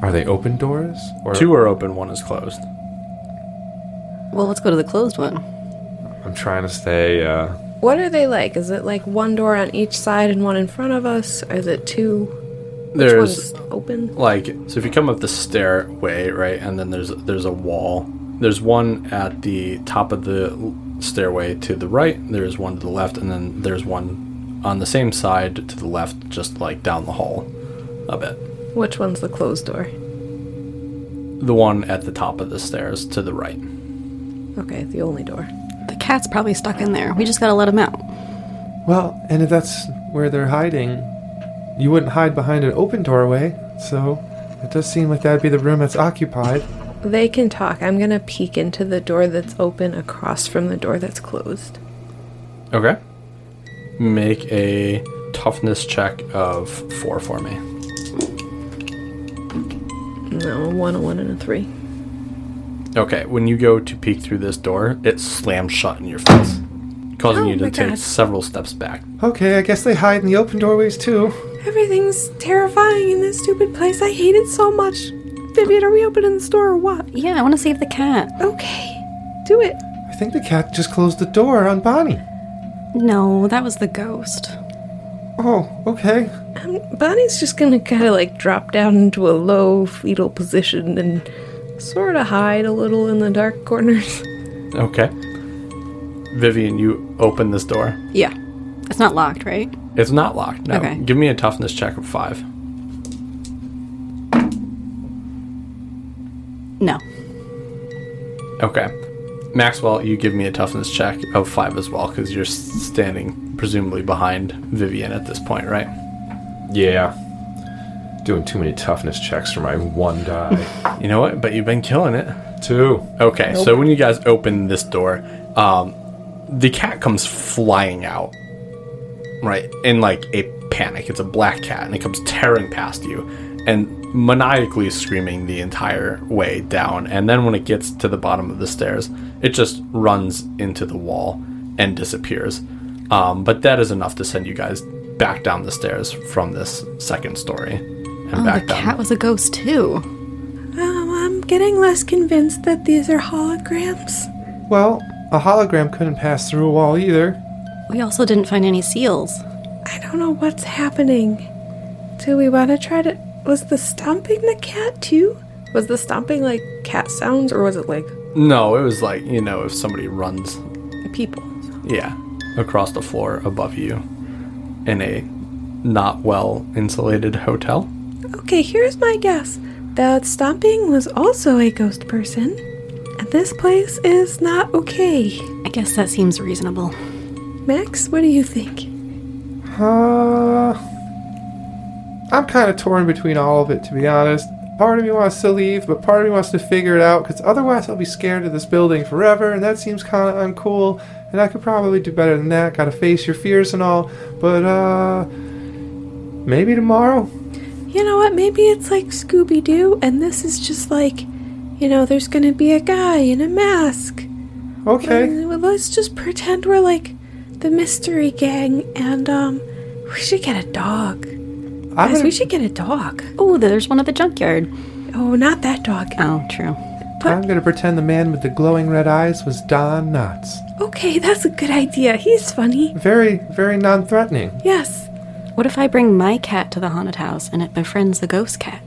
Are they open doors? Or two are open one is closed Well, let's go to the closed one. I'm trying to stay. Uh, What are they like? Is it like one door on each side and one in front of us? Or is it two? Which there's one's open? like so if you come up the stairway right and then there's there's a wall there's one at the top of the l- stairway to the right there's one to the left and then there's one on the same side to the left just like down the hall a bit Which one's the closed door? the one at the top of the stairs to the right Okay, the only door. The cat's probably stuck in there. We just gotta let him out. well, and if that's where they're hiding, you wouldn't hide behind an open doorway. So, it does seem like that'd be the room that's occupied. They can talk. I'm gonna peek into the door that's open across from the door that's closed. Okay. Make a toughness check of four for me. No, a one, a one, and a three. Okay, when you go to peek through this door, it slams shut in your face, causing Oh you to my take God. several steps back. Okay, I guess they hide in the open doorways too. Everything's terrifying in this stupid place. I hate it so much. Vivian, are we opening the store or what? Yeah, I want to save the cat. Okay. Do it. I think the cat just closed the door on Bonnie. No, that was the ghost. Oh, okay. Um, Bonnie's just gonna kind of like drop down into a low fetal position and sort of hide a little in the dark corners. [LAUGHS] Okay. Vivian, you open this door. Yeah, it's not locked, right? It's not locked. No. Okay. Give me a toughness check of five. No. Okay. Maxwell, you give me a toughness check of five as well, because you're s- standing presumably behind Vivian at this point, right? Yeah. Doing too many toughness checks for my one [LAUGHS] die. You know what? But you've been killing it. Two. Okay, so when you guys open this door, um, the cat comes flying out, right? In like a panic. It's a black cat, and it comes tearing past you and maniacally screaming the entire way down. And then when it gets to the bottom of the stairs, it just runs into the wall and disappears. Um, but that is enough to send you guys back down the stairs from this second story and Oh, back the down. cat was a ghost too. Um, I'm getting less convinced that these are holograms. Well, a hologram couldn't pass through a wall either. We also didn't find any seals. I don't know what's happening. Do we want to try to. Was the stomping the cat too? Was the stomping like cat sounds, or was it like no, it was like, you know, if somebody runs people? Yeah, across the floor above you in a not well insulated hotel. Okay, here's my guess. That stomping was also a ghost person. And this place is not okay. I guess that seems reasonable. Max, what do you think? Uh, I'm kind of torn between all of it, to be honest. Part of me wants to leave, but part of me wants to figure it out, because otherwise I'll be scared of this building forever, and that seems kind of uncool. And I could probably do better than that. Gotta face your fears and all. But, uh. Maybe tomorrow? You know what? Maybe it's like Scooby Doo, and this is just like, you know, there's gonna be a guy in a mask. Okay. And let's just pretend we're like the mystery gang, and um, we should get a dog. I'm Guys, gonna, we should get a dog. Oh, there's one at the junkyard. Oh, not that dog. Oh, true. I'm gonna pretend the man with the glowing red eyes was Don Knotts. Okay, that's a good idea. He's funny. Very, very non threatening. Yes. What if I bring my cat to the haunted house and it befriends the ghost cat?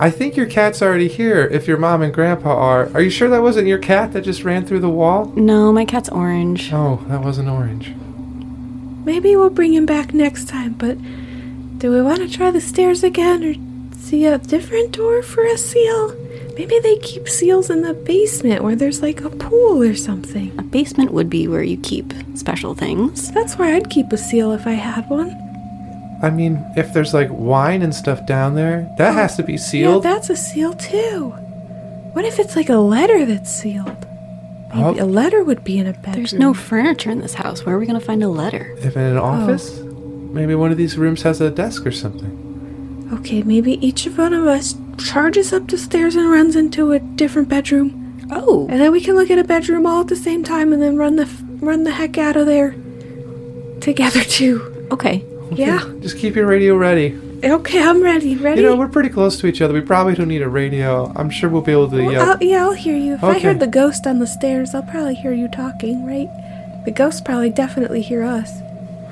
I think your cat's already here if your mom and grandpa are. Are you sure that wasn't your cat that just ran through the wall? No, my cat's orange. No, Oh, that wasn't orange. Maybe we'll bring him back next time, but do we want to try the stairs again or see a different door for a seal? Maybe they keep seals in the basement where there's like a pool or something. A basement would be where you keep special things. That's where I'd keep a seal if I had one. I mean, if there's like wine and stuff down there, that has to be sealed. Yeah, that's a seal too. What if it's like a letter that's sealed? Maybe Oh. a letter would be in a bedroom. There's no furniture in this house. Where are we going to find a letter? if in an oh. office, maybe one of these rooms has a desk or something. Okay, maybe each of one of us charges up the stairs and runs into a different bedroom, Oh, and then we can look at a bedroom all at the same time, and then run the f- run the heck out of there together too. okay. Yeah. Just keep your radio ready. Okay, I'm ready. Ready. You know, we're pretty close to each other. We probably don't need a radio. I'm sure we'll be able to Well, uh- yell. I'll, yeah, I'll hear you. If I Okay. heard the ghost on the stairs, I'll probably hear you talking, right? The ghost probably definitely hear us.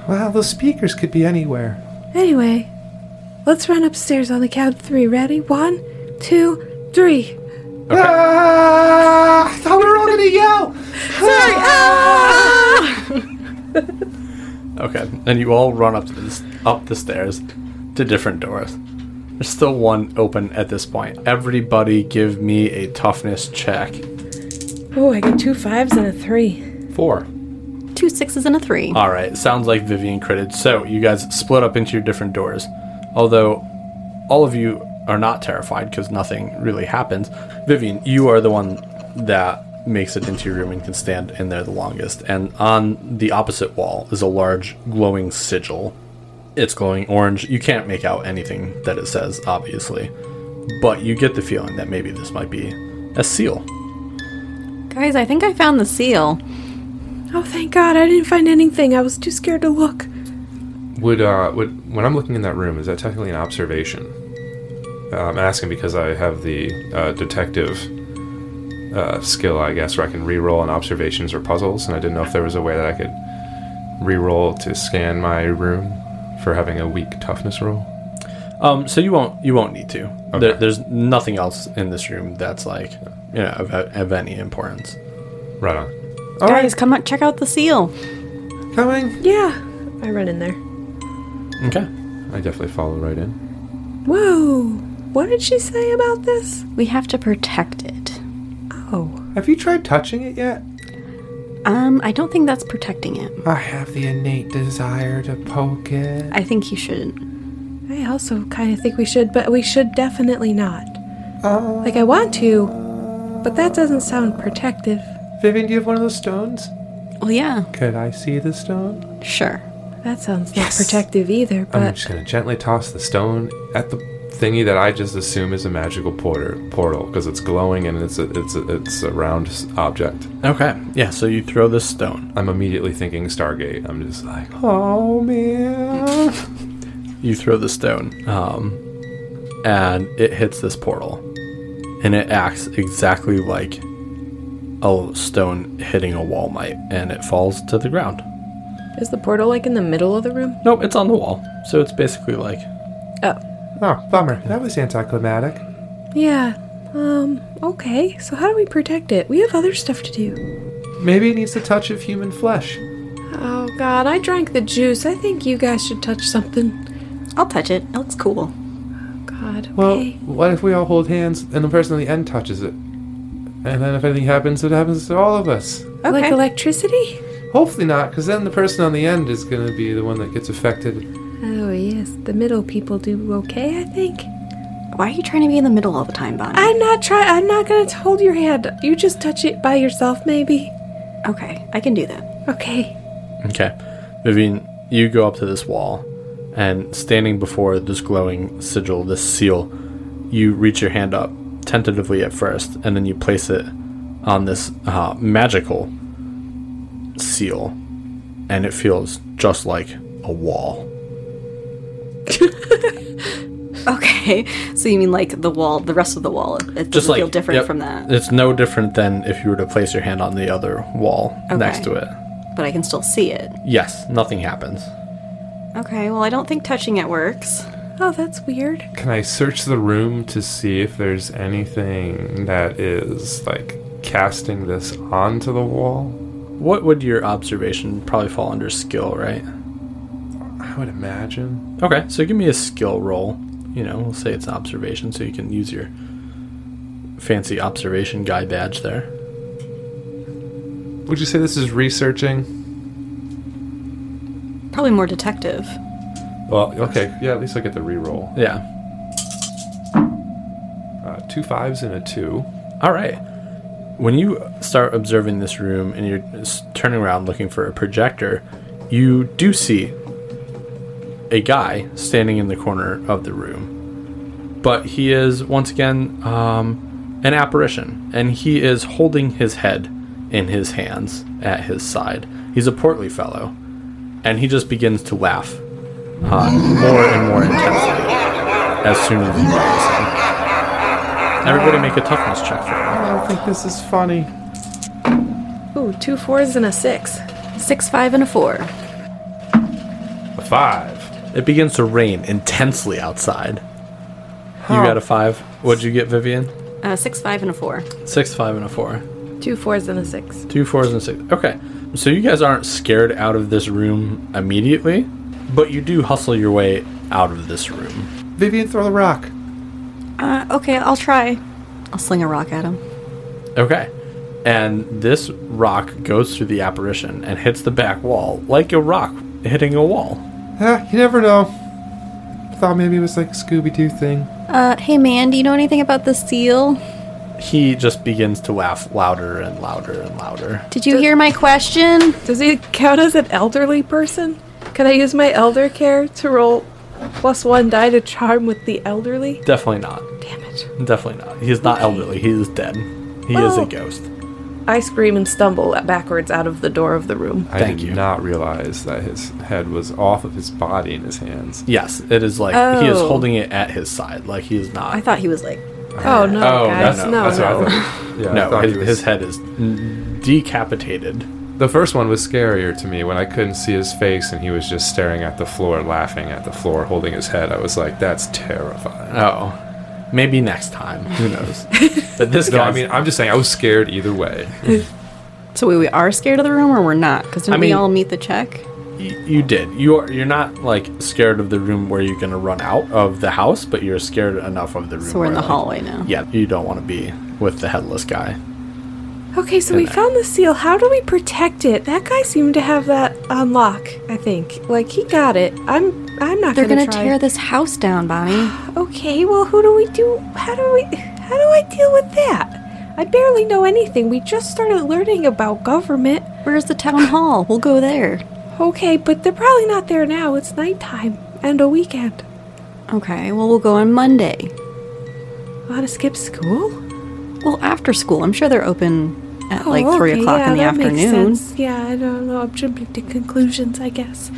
Wow, those speakers could be anywhere. Anyway, let's run upstairs on the count of three. Ready? One, two, three. Ah, I thought we were all gonna yell. Ah. Ah! Okay, and you all run up to this, up the stairs to different doors. There's still one open at this point. Everybody, give me a toughness check. Oh, I got two fives and a three. Four. Two sixes and a three. All right, sounds like Vivian critted. So you guys split up into your different doors. Although all of you are not terrified because nothing really happens. Vivian, you are the one that makes it into your room and can stand in there the longest. And on the opposite wall is a large glowing sigil. It's glowing orange. You can't make out anything that it says, obviously. But you get the feeling that maybe this might be a seal. Guys, I think I found the seal. Oh, thank God. I didn't find anything. I was too scared to look. Would uh would when I'm looking in that room, is that technically an observation? Uh, I'm asking because I have the uh, detective uh, skill, I guess, where I can re-roll on observations or puzzles, and I didn't know if there was a way that I could re-roll to scan my room for having a weak toughness roll. Um, so you won't you won't need to. There, Okay. there's nothing else in this room that's like you know of, of any importance. Right on. All Guys, right, come on, check out the seal. coming. Yeah, I run in there. Okay. I definitely follow right in. Whoa. What did she say about this? We have to protect it. Oh. Have you tried touching it yet? Um, I don't think that's protecting it. I have the innate desire to poke it. I think you shouldn't. I also kind of think we should, but we should definitely not. Uh, Like, I want to, but that doesn't sound protective. Vivian, do you have one of those stones? Well, yeah, Could I see the stone? sure. That sounds not protective either, I'm but just gonna gently toss the stone at the thingy that I just assume is a magical porter, portal because it's glowing and it's a, it's a, it's a round s- object. Okay. Yeah. So you throw this stone. I'm immediately thinking Stargate. I'm just like, Oh man. You throw the stone. Um, and it hits this portal, and it acts exactly like a stone hitting a wall might, and it falls to the ground. Is the portal like in the middle of the room? Nope, it's on the wall. So it's basically like Oh, bummer. That was anticlimactic. yeah. Um, okay. So, how do we protect it? We have other stuff to do. Maybe it needs the touch of human flesh. Oh, God. I drank the juice. I think you guys should touch something. I'll touch it. It looks cool. God. Okay. Well, what if we all hold hands and the person at the end touches it? And then if anything happens, it happens to all of us. Like electricity? Hopefully not, because then the person on the end is going to be the one that gets affected. Oh, yeah. Yes, the middle people do okay, I think. Why are you trying to be in the middle all the time, Bonnie? I'm not try. I'm not gonna t- hold your hand. You just touch it by yourself, maybe. okay, I can do that. [LAUGHS] Okay. Okay. Vivian, you go up to this wall, and standing before this glowing sigil, this seal, you reach your hand up, tentatively at first, and then you place it on this uh, magical seal, and it feels just like a wall. Okay, so you mean like the wall, the rest of the wall? It doesn't Just like feel different yep, from that, It's no different than if you were to place your hand on the other wall next to Okay. it. but I can still see it. Yes, nothing happens. Okay, well, I don't think touching it works. Oh, that's weird. Can I search the room to see if there's anything that is like casting this onto the wall? What would your observation probably fall under skill, right? I would imagine. Okay, so give me a skill roll. You know, we'll say it's observation, so you can use your fancy observation guy badge there. Would you say this is researching? Probably more detective. Well, okay. Yeah, at least I get the reroll. Yeah. Uh, two fives and a two. All right. When you start observing this room and you're s- turning around looking for a projector, you do see a guy standing in the corner of the room. But he is, once again, um, an apparition, and he is holding his head in his hands at his side. He's a portly fellow, and he just begins to laugh uh, more and more intensely as soon as you notice him. Everybody make a toughness check for him. I don't think this is funny. Ooh, two fours and a six. Six, five, and a four. A five. It begins to rain intensely outside. You Huh. got a five. What'd you get, Vivian? Uh, six, five, and a four. Six, five, and a four. Two fours and a six. Two fours and six. Okay. So you guys aren't scared out of this room immediately, but you do hustle your way out of this room. Vivian, throw the rock. Uh, okay, I'll try. I'll sling a rock at him. Okay. And this rock goes through the apparition and hits the back wall like a rock hitting a wall. Eh, you never know. Thought maybe it was like a Scooby Doo thing. Uh, hey man, do you know anything about the seal? He just begins to laugh louder and louder and louder. Did you hear my question? Does it count as an elderly person? Can I use my elder care to roll plus one die to charm with the elderly? Definitely not. Damn it. Definitely not. He is not elderly. He is dead. He is a Well- ghost. I scream and stumble backwards out of the door of the room. I Thank did you. not realize that his head was off of his body in his hands. Yes, it is like he is Oh. holding it at his side. Like he is not. I thought he was like, Oh no, Oh, guys. no, No, no, no. That's what [LAUGHS] I thought. Yeah, I no, thought his, he was- his head is decapitated. The first one was scarier to me when I couldn't see his face and he was just staring at the floor, laughing at the floor, holding his head. I was like, that's terrifying. Oh, maybe next time. [LAUGHS] Who knows? but this No, guy. I mean, I'm just saying, I was scared either way. so wait, we are scared of the room or we're not? Because I didn't we mean- all meet the check? you did. You are. You're not like scared of the room where you're gonna run out of the house, but you're scared enough of the room. So we're in where, the like, hallway now. Yeah, you don't want to be with the headless guy. Okay, so we found the seal. How do we protect it? That guy seemed to have that on lock, I think. Like he got it. I'm I'm not They're gonna, gonna try. tear this house down, Bonnie. [SIGHS] Okay, well who do we do how do we how do I deal with that? I barely know anything. We just started learning about government. Where's the town hall? We'll go there. Okay, but they're probably not there now. It's nighttime and a weekend. Okay, well, we'll go on Monday. Wanna skip school? Well, after school. I'm sure they're open at like Oh, 3 okay, o'clock yeah, in the that makes afternoon. sense. Yeah, I don't know. I'm jumping to conclusions, I guess.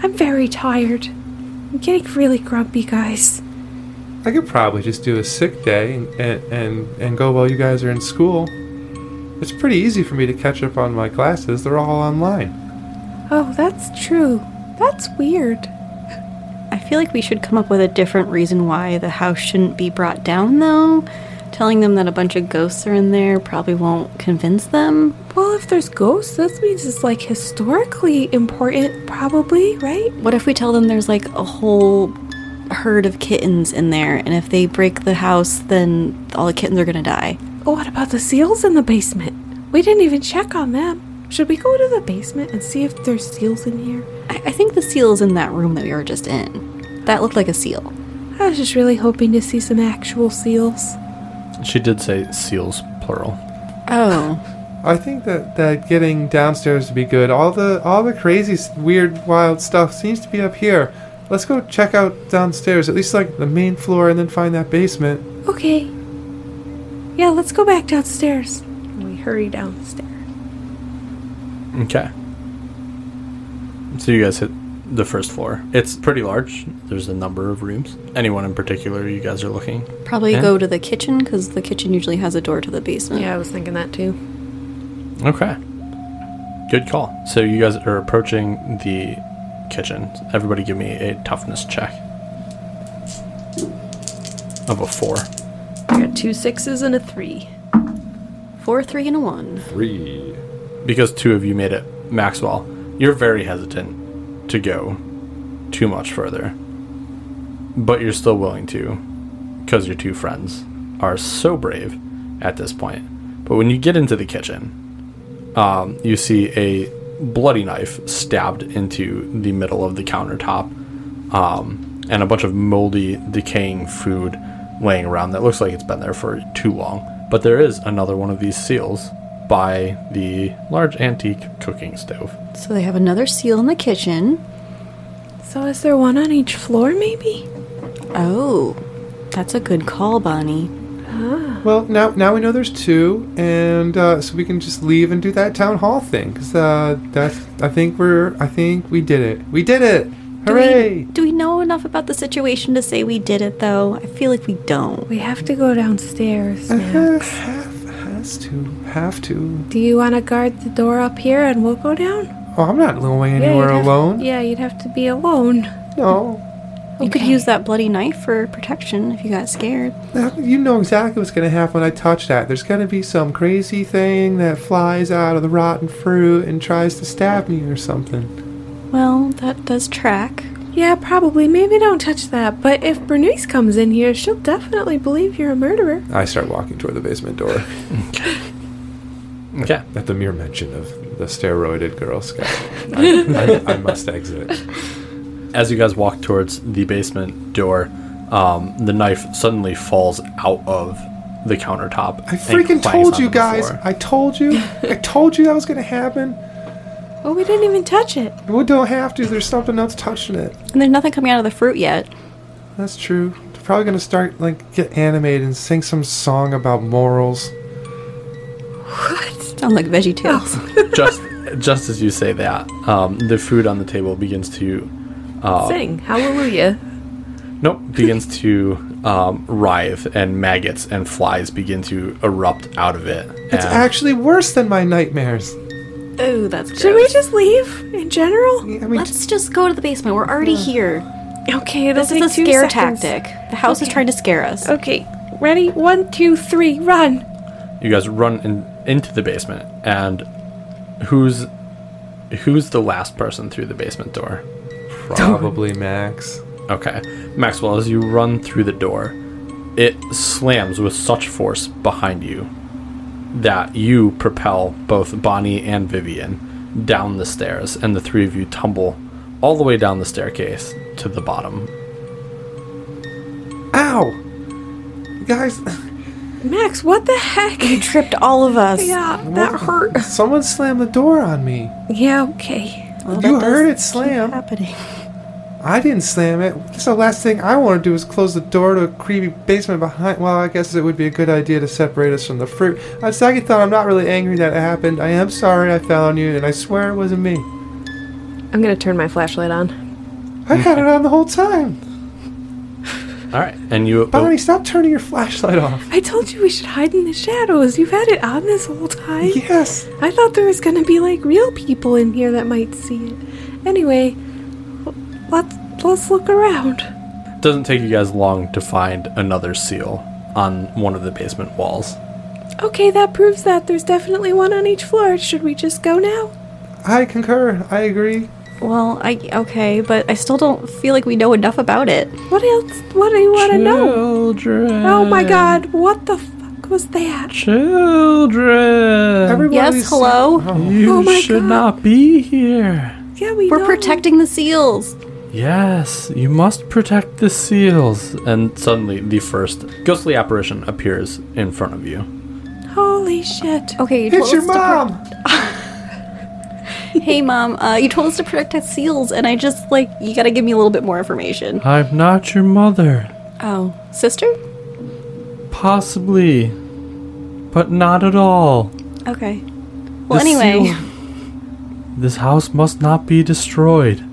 I'm very tired. I'm getting really grumpy, guys. I could probably just do a sick day and, and, and, and go while you guys are in school. It's pretty easy for me to catch up on my classes, they're all online. Oh, that's true. That's weird. I feel like we should come up with a different reason why the house shouldn't be brought down, though. Telling them that a bunch of ghosts are in there probably won't convince them. Well, if there's ghosts, that means it's like historically important, probably, right? What if we tell them there's like a whole herd of kittens in there, and if they break the house, then all the kittens are gonna die? Oh, what about the seals in the basement? We didn't even check on them. Should we go to the basement and see if there's seals in here? I, I think the seal's in that room that we were just in. That looked like a seal. I was just really hoping to see some actual seals. She did say seals, plural. Oh. I think that, that getting downstairs would be good. All the all the crazy, s- weird, wild stuff seems to be up here. Let's go check out downstairs, at least like the main floor, and then find that basement. Okay. Yeah, let's go back downstairs. We hurry downstairs. Okay. So you guys hit the first floor. It's pretty large. There's a number of rooms. Anyone in particular you guys are looking? Probably Yeah. go to the kitchen because the kitchen usually has a door to the basement. Yeah, I was thinking that too. Okay. Good call. So you guys are approaching the kitchen. Everybody give me a toughness check. Of a four. I got two sixes and a three. Four, three, and a one. Three. Because two of you made it, Maxwell, you're very hesitant to go too much further. But you're still willing to, because your two friends are so brave at this point. But when you get into the kitchen, um, you see a bloody knife stabbed into the middle of the countertop um, and a bunch of moldy, decaying food laying around that looks like it's been there for too long. But there is another one of these seals by the large antique cooking stove. So they have another seal in the kitchen. So, is there one on each floor, maybe? Oh, that's a good call, Bonnie. Well, now now we know there's two, and uh, so we can just leave and do that town hall thing. 'cause, uh, that's I think we're I think we did it. We did it! Do we- Hooray! Do we, know enough about the situation to say we did it, though? I feel like we don't. We have to go downstairs Uh-huh. now. Have, has to have to. Do you want to guard the door up here and we'll go down? Oh, I'm not going Yeah, anywhere you'd have- alone. yeah, you'd have to be alone. No. You could Okay. use that bloody knife for protection if you got scared. That- You know exactly what's going to happen when I touch that. There's going to be some crazy thing that flies out of the rotten fruit and tries to stab me or something. Well, that does track. Yeah, probably. Maybe don't touch that. But if Bernice comes in here, she'll definitely believe you're a murderer. I start walking toward the basement door Hmm. Okay. At the mere mention of the steroided Girl [LAUGHS] Scout, I, I, I must exit. As you guys walk towards the basement door, um, the knife suddenly falls out of the countertop. I freaking told you guys. I told you. I told you that was going to happen. Oh, we didn't even touch it. We don't have to. There's something else touching it. And there's nothing coming out of the fruit yet. That's true. They're probably going to start, like, get animated and sing some song about morals. Sound like Veggie Tales. just, just as you say that, um, the food on the table begins to Sing hallelujah. Nope. Begins to um, writhe, and maggots and flies begin to erupt out of it. It's and actually worse than my nightmares. Oh, that's gross. Should we just leave in general? I mean, Let's just go to the basement. We're already here. Okay, it'll This take is a two scare seconds. tactic. The house is trying to scare us. Okay, ready? One, two, three, run. you guys run in, into the basement, and who's who's the last person through the basement door? probably Max. Okay, Maxwell. As you run through the door, it slams with such force behind you that you propel both Bonnie and Vivian down the stairs, and the three of you tumble all the way down the staircase to the bottom Ow! Guys, [LAUGHS] Max, what the heck? You tripped all of us. Yeah, that hurt. someone slammed the door on me. Yeah, okay. Well, You that heard does it slam. keep Happening. I didn't slam it. Guess the last thing I want to do is close the door to a creepy basement behind. Well, I guess it would be a good idea to separate us from the fruit. On second thought, I'm not really angry that it happened. I am sorry I fell on you, and I swear it wasn't me. I'm gonna turn my flashlight on. I had it on the whole time. [LAUGHS] All right, and you Bonnie, stop turning your flashlight off. I told you we should hide in the shadows. You've had it on this whole time. Yes. I thought there was gonna be like real people in here that might see it. Anyway, let's let's look around. It doesn't take you guys long to find another seal on one of the basement walls. Okay, that proves that there's definitely one on each floor. Should we just go now? I concur. I agree. Well, I okay, but I still don't feel like we know enough about it. What else? What do you want to know? Children. Oh my God! What the fuck was that? Children. Everybody's- yes, hello. you Oh my should God. not be here. Yeah, we We're know. protecting the seals. Yes, you must protect the seals. And suddenly, the first ghostly apparition appears in front of you. Holy shit. Okay, you It's your us to pro- mom. hey mom, uh, you told us to protect the seals, and I just like you got to give me a little bit more information. I'm not your mother. Oh, sister? Possibly. But not at all. Okay. Well, The anyway, seal- This house must not be destroyed.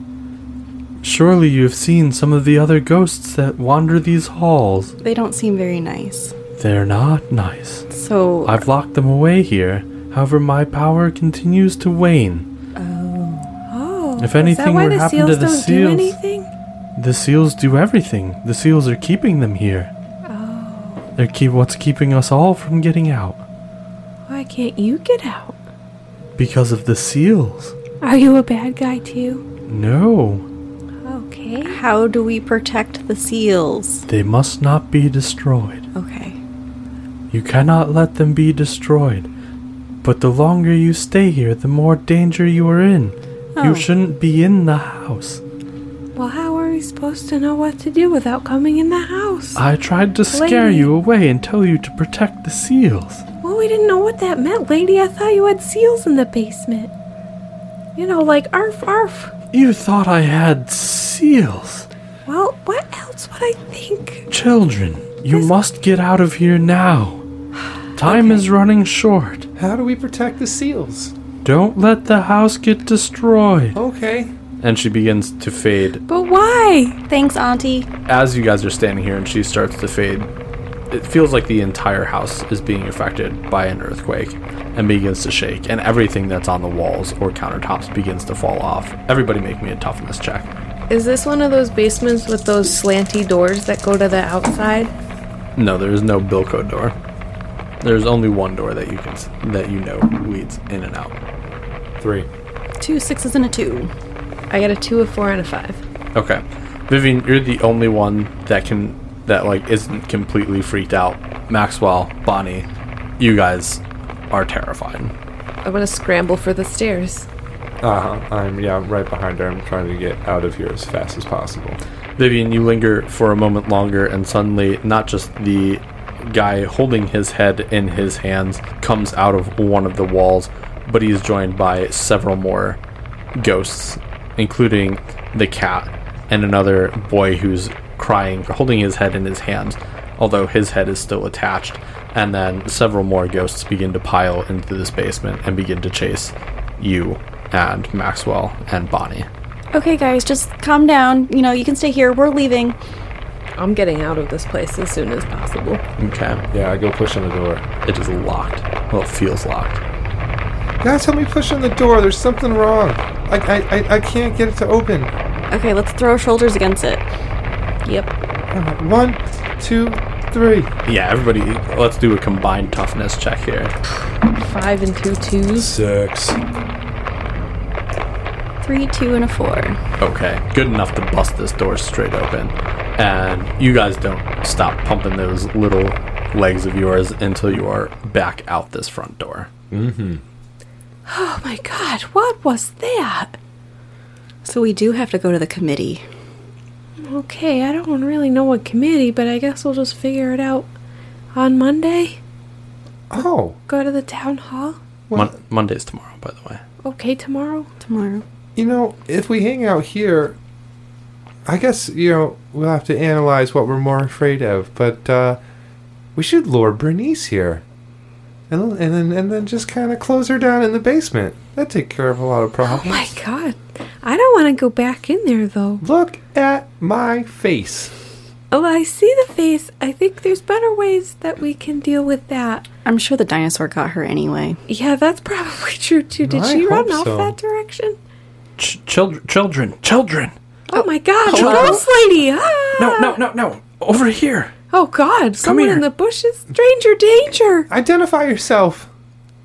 Surely you have seen some of the other ghosts that wander these halls. they don't seem very nice. They're not nice. So I've locked them away here. However, my power continues to wane. Oh. If anything were to happen to the seals- do anything? The seals do everything. The seals are keeping them here. They're keep what's keeping us all from getting out Why can't you get out? because of the seals. Are you a bad guy too? No, Okay. how do we protect the seals? they must not be destroyed. Okay. You cannot let them be destroyed. But the longer you stay here, the more danger you are in. Oh. You shouldn't be in the house. Well, how are we supposed to know what to do without coming in the house? I tried to scare Lady. you away and tell you to protect the seals. well, we didn't know what that meant, lady. I thought you had seals in the basement. You know, like arf arf. You thought I had seals. Well, what else would I think? Children, you This- must get out of here now. Time is running short. How do we protect the seals? Don't let the house get destroyed. Okay. And she begins to fade But why? Thanks, Auntie. as you guys are standing here and she starts to fade, it feels like the entire house is being affected by an earthquake and begins to shake, and everything that's on the walls or countertops begins to fall off. Everybody make me a toughness check. Is this one of those basements with those slanty doors that go to the outside? No, there is no Bilko door. There's only one door that you can s- that you know leads in and out. Three. Two sixes and a two. I got a two, a four, and a five. Okay, Vivian, you're the only one that can that like isn't completely freaked out. Maxwell, Bonnie, you guys are terrified. I'm gonna scramble for the stairs. Uh huh. I'm yeah. I'm right behind her. I'm trying to get out of here as fast as possible. Vivian, you linger for a moment longer, and suddenly, not just the guy holding his head in his hands comes out of one of the walls, but he is joined by several more ghosts, including the cat and another boy who's crying, holding his head in his hands, although his head is still attached. And then several more ghosts begin to pile into this basement and begin to chase you and Maxwell and Bonnie. Okay, guys, just calm down. You know, you can stay here. We're leaving. I'm getting out of this place as soon as possible. Okay. Yeah, I go push on the door. It is locked. Well, it feels locked. Guys, help me push on the door. There's something wrong. I, I, I, I can't get it to open. Okay, let's throw our shoulders against it. Yep. Uh, One, two, three. Yeah, everybody, let's do a combined toughness check here. Five and two twos. Six. Three, two, and a four. Okay, good enough to bust this door straight open. And you guys don't stop pumping those little legs of yours until you are back out this front door. Oh my god, what was that? So we do have to go to the committee. Okay, I don't really know what committee, but I guess we'll just figure it out on Monday. Oh, Go to the town hall. What? Mon- Monday's tomorrow, by the way. Okay, tomorrow. Tomorrow. you know, if we hang out here, I guess, you know, we'll have to analyze what we're more afraid of. But uh, we should lure Bernice here. And, and then and then just kind of close her down in the basement. That'd take care of a lot of Oh problems. my god. I don't want to go back in there though. Look at my face. Oh, I see the face. I think there's better ways that we can deal with that. I'm sure the dinosaur got her anyway. Yeah, that's [LAUGHS] probably true too. Did I she run hope off so. that direction? Ch- children, children, children! Oh, my god, the hello? ghost lady! Ah! No, no, no, no! Over here! Oh god, someone here. in the bushes. Stranger [LAUGHS] danger! Identify yourself.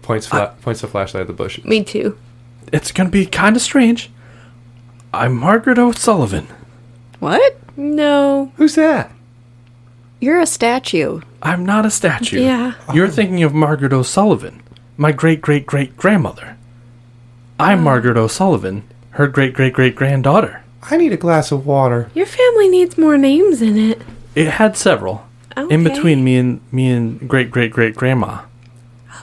Points flat. points the flashlight at the bush. Me too. It's gonna be kinda strange. I'm Margaret O'Sullivan. What? No. Who's that? You're a statue. I'm not a statue. Yeah. You're thinking of Margaret O'Sullivan, my great great Oh. great grandmother. I'm Margaret O'Sullivan, her great great great granddaughter. I need a glass of water. Your family needs more names in it. It had several Okay. in between me and me and great great great grandma.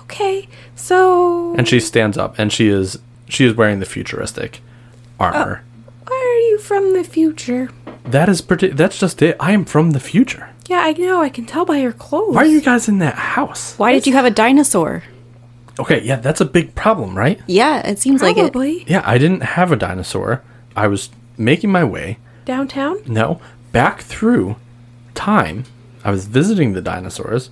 Okay, so And she stands up, and she is she is wearing the futuristic armor. Oh. why are you from the future? That is pretty. That's just it. I am from the future. Yeah, I know. I can tell by your clothes. Why are you guys in that house? Why did you have a dinosaur? Okay, yeah, that's a big problem, right? Yeah, it seems like it. Probably Yeah, I didn't have a dinosaur. I was making my way downtown. No, back through time. I was visiting the dinosaurs,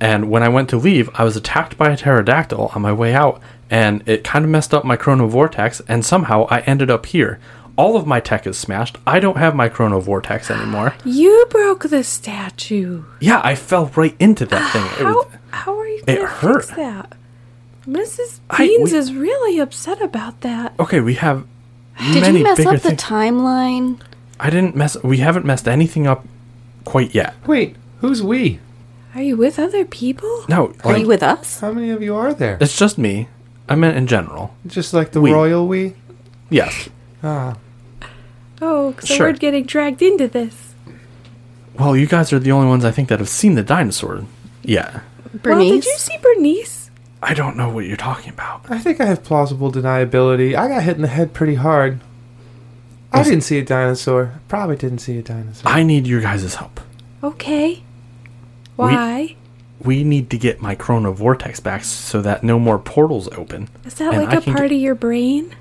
and when I went to leave, I was attacked by a pterodactyl on my way out, and it kind of messed up my chronovortex, and somehow I ended up here. All of my tech is smashed. I don't have my [GASPS] chronovortex anymore. You broke the statue. yeah, I fell right into that thing. It How was, how are you it gonna hurt. fix that? Mrs. I- Beans we- is really upset about that. okay, we have Did many you mess bigger up the things. timeline? I didn't mess. We haven't messed anything up quite yet. Wait, who's we? Are you with other people? No, Are like, you with us? How many of you are there? it's just me. I meant in general. Just like the We. royal we? Yes. Ah, Oh, so Sure. we're getting dragged into this. Well, you guys are the only ones I think that have seen the dinosaur. Yeah. Bernice? Well, did you see Bernice? I don't know what you're talking about. I think I have plausible deniability. I got hit in the head pretty hard. I Was- didn't see a dinosaur. Probably didn't see a dinosaur. I need your guys' help. Okay. Why? We need to get my chrono vortex back so that no more portals open. is that and like I a can part get- of your brain?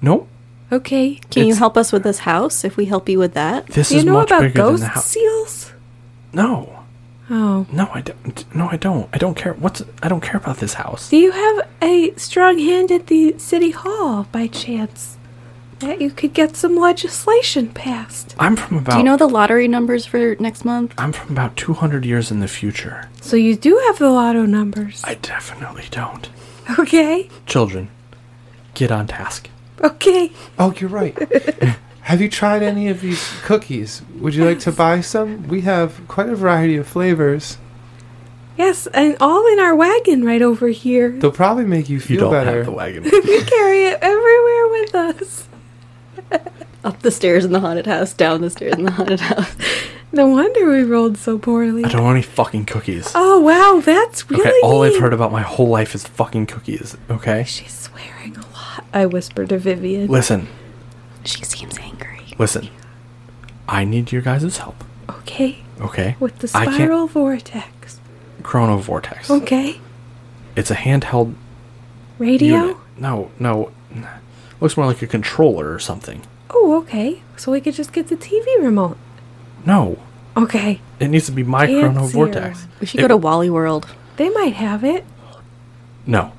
Nope. Okay. Can you It's- help us with this house if we help you with that? This Do you is know much about bigger ghost than the house. seals? No. Oh. No, I don't. No, I don't. I don't care. What's? I don't care about this house. Do you have a strong hand at the city hall by chance? That you could get some legislation passed. I'm from about. Do you know the lottery numbers for next month? I'm from about 200 years in the future. So you do have the lotto numbers. I definitely don't. Okay. Children, get on task. Okay. Oh, [LAUGHS] you're right. have you tried any of these cookies? Would you like to buy some? We have quite a variety of flavors. Yes, and all in our wagon right over here. They'll probably make you feel You don't better. have the wagon. we carry it everywhere with us. Up the stairs in the haunted house, down the stairs in the haunted house. No wonder we rolled so poorly. I don't want any fucking [LAUGHS] cookies. Oh wow, that's really Okay, all I've mean. heard about my whole life is fucking cookies. Okay? She's swearing a lot. I whispered to Vivian. Listen, She seems angry. listen. I need your guys' help. Okay, Okay? with the I can't- spiral Oh. vortex. Chrono Vortex. Okay, It's a handheld radio. unit. No, no. Looks more like a controller or something. Oh, okay. So we could just get the TV remote. No. Okay. It needs to be my Fancier Chrono Vortex. one. We should go to Wally World. They might have it. No.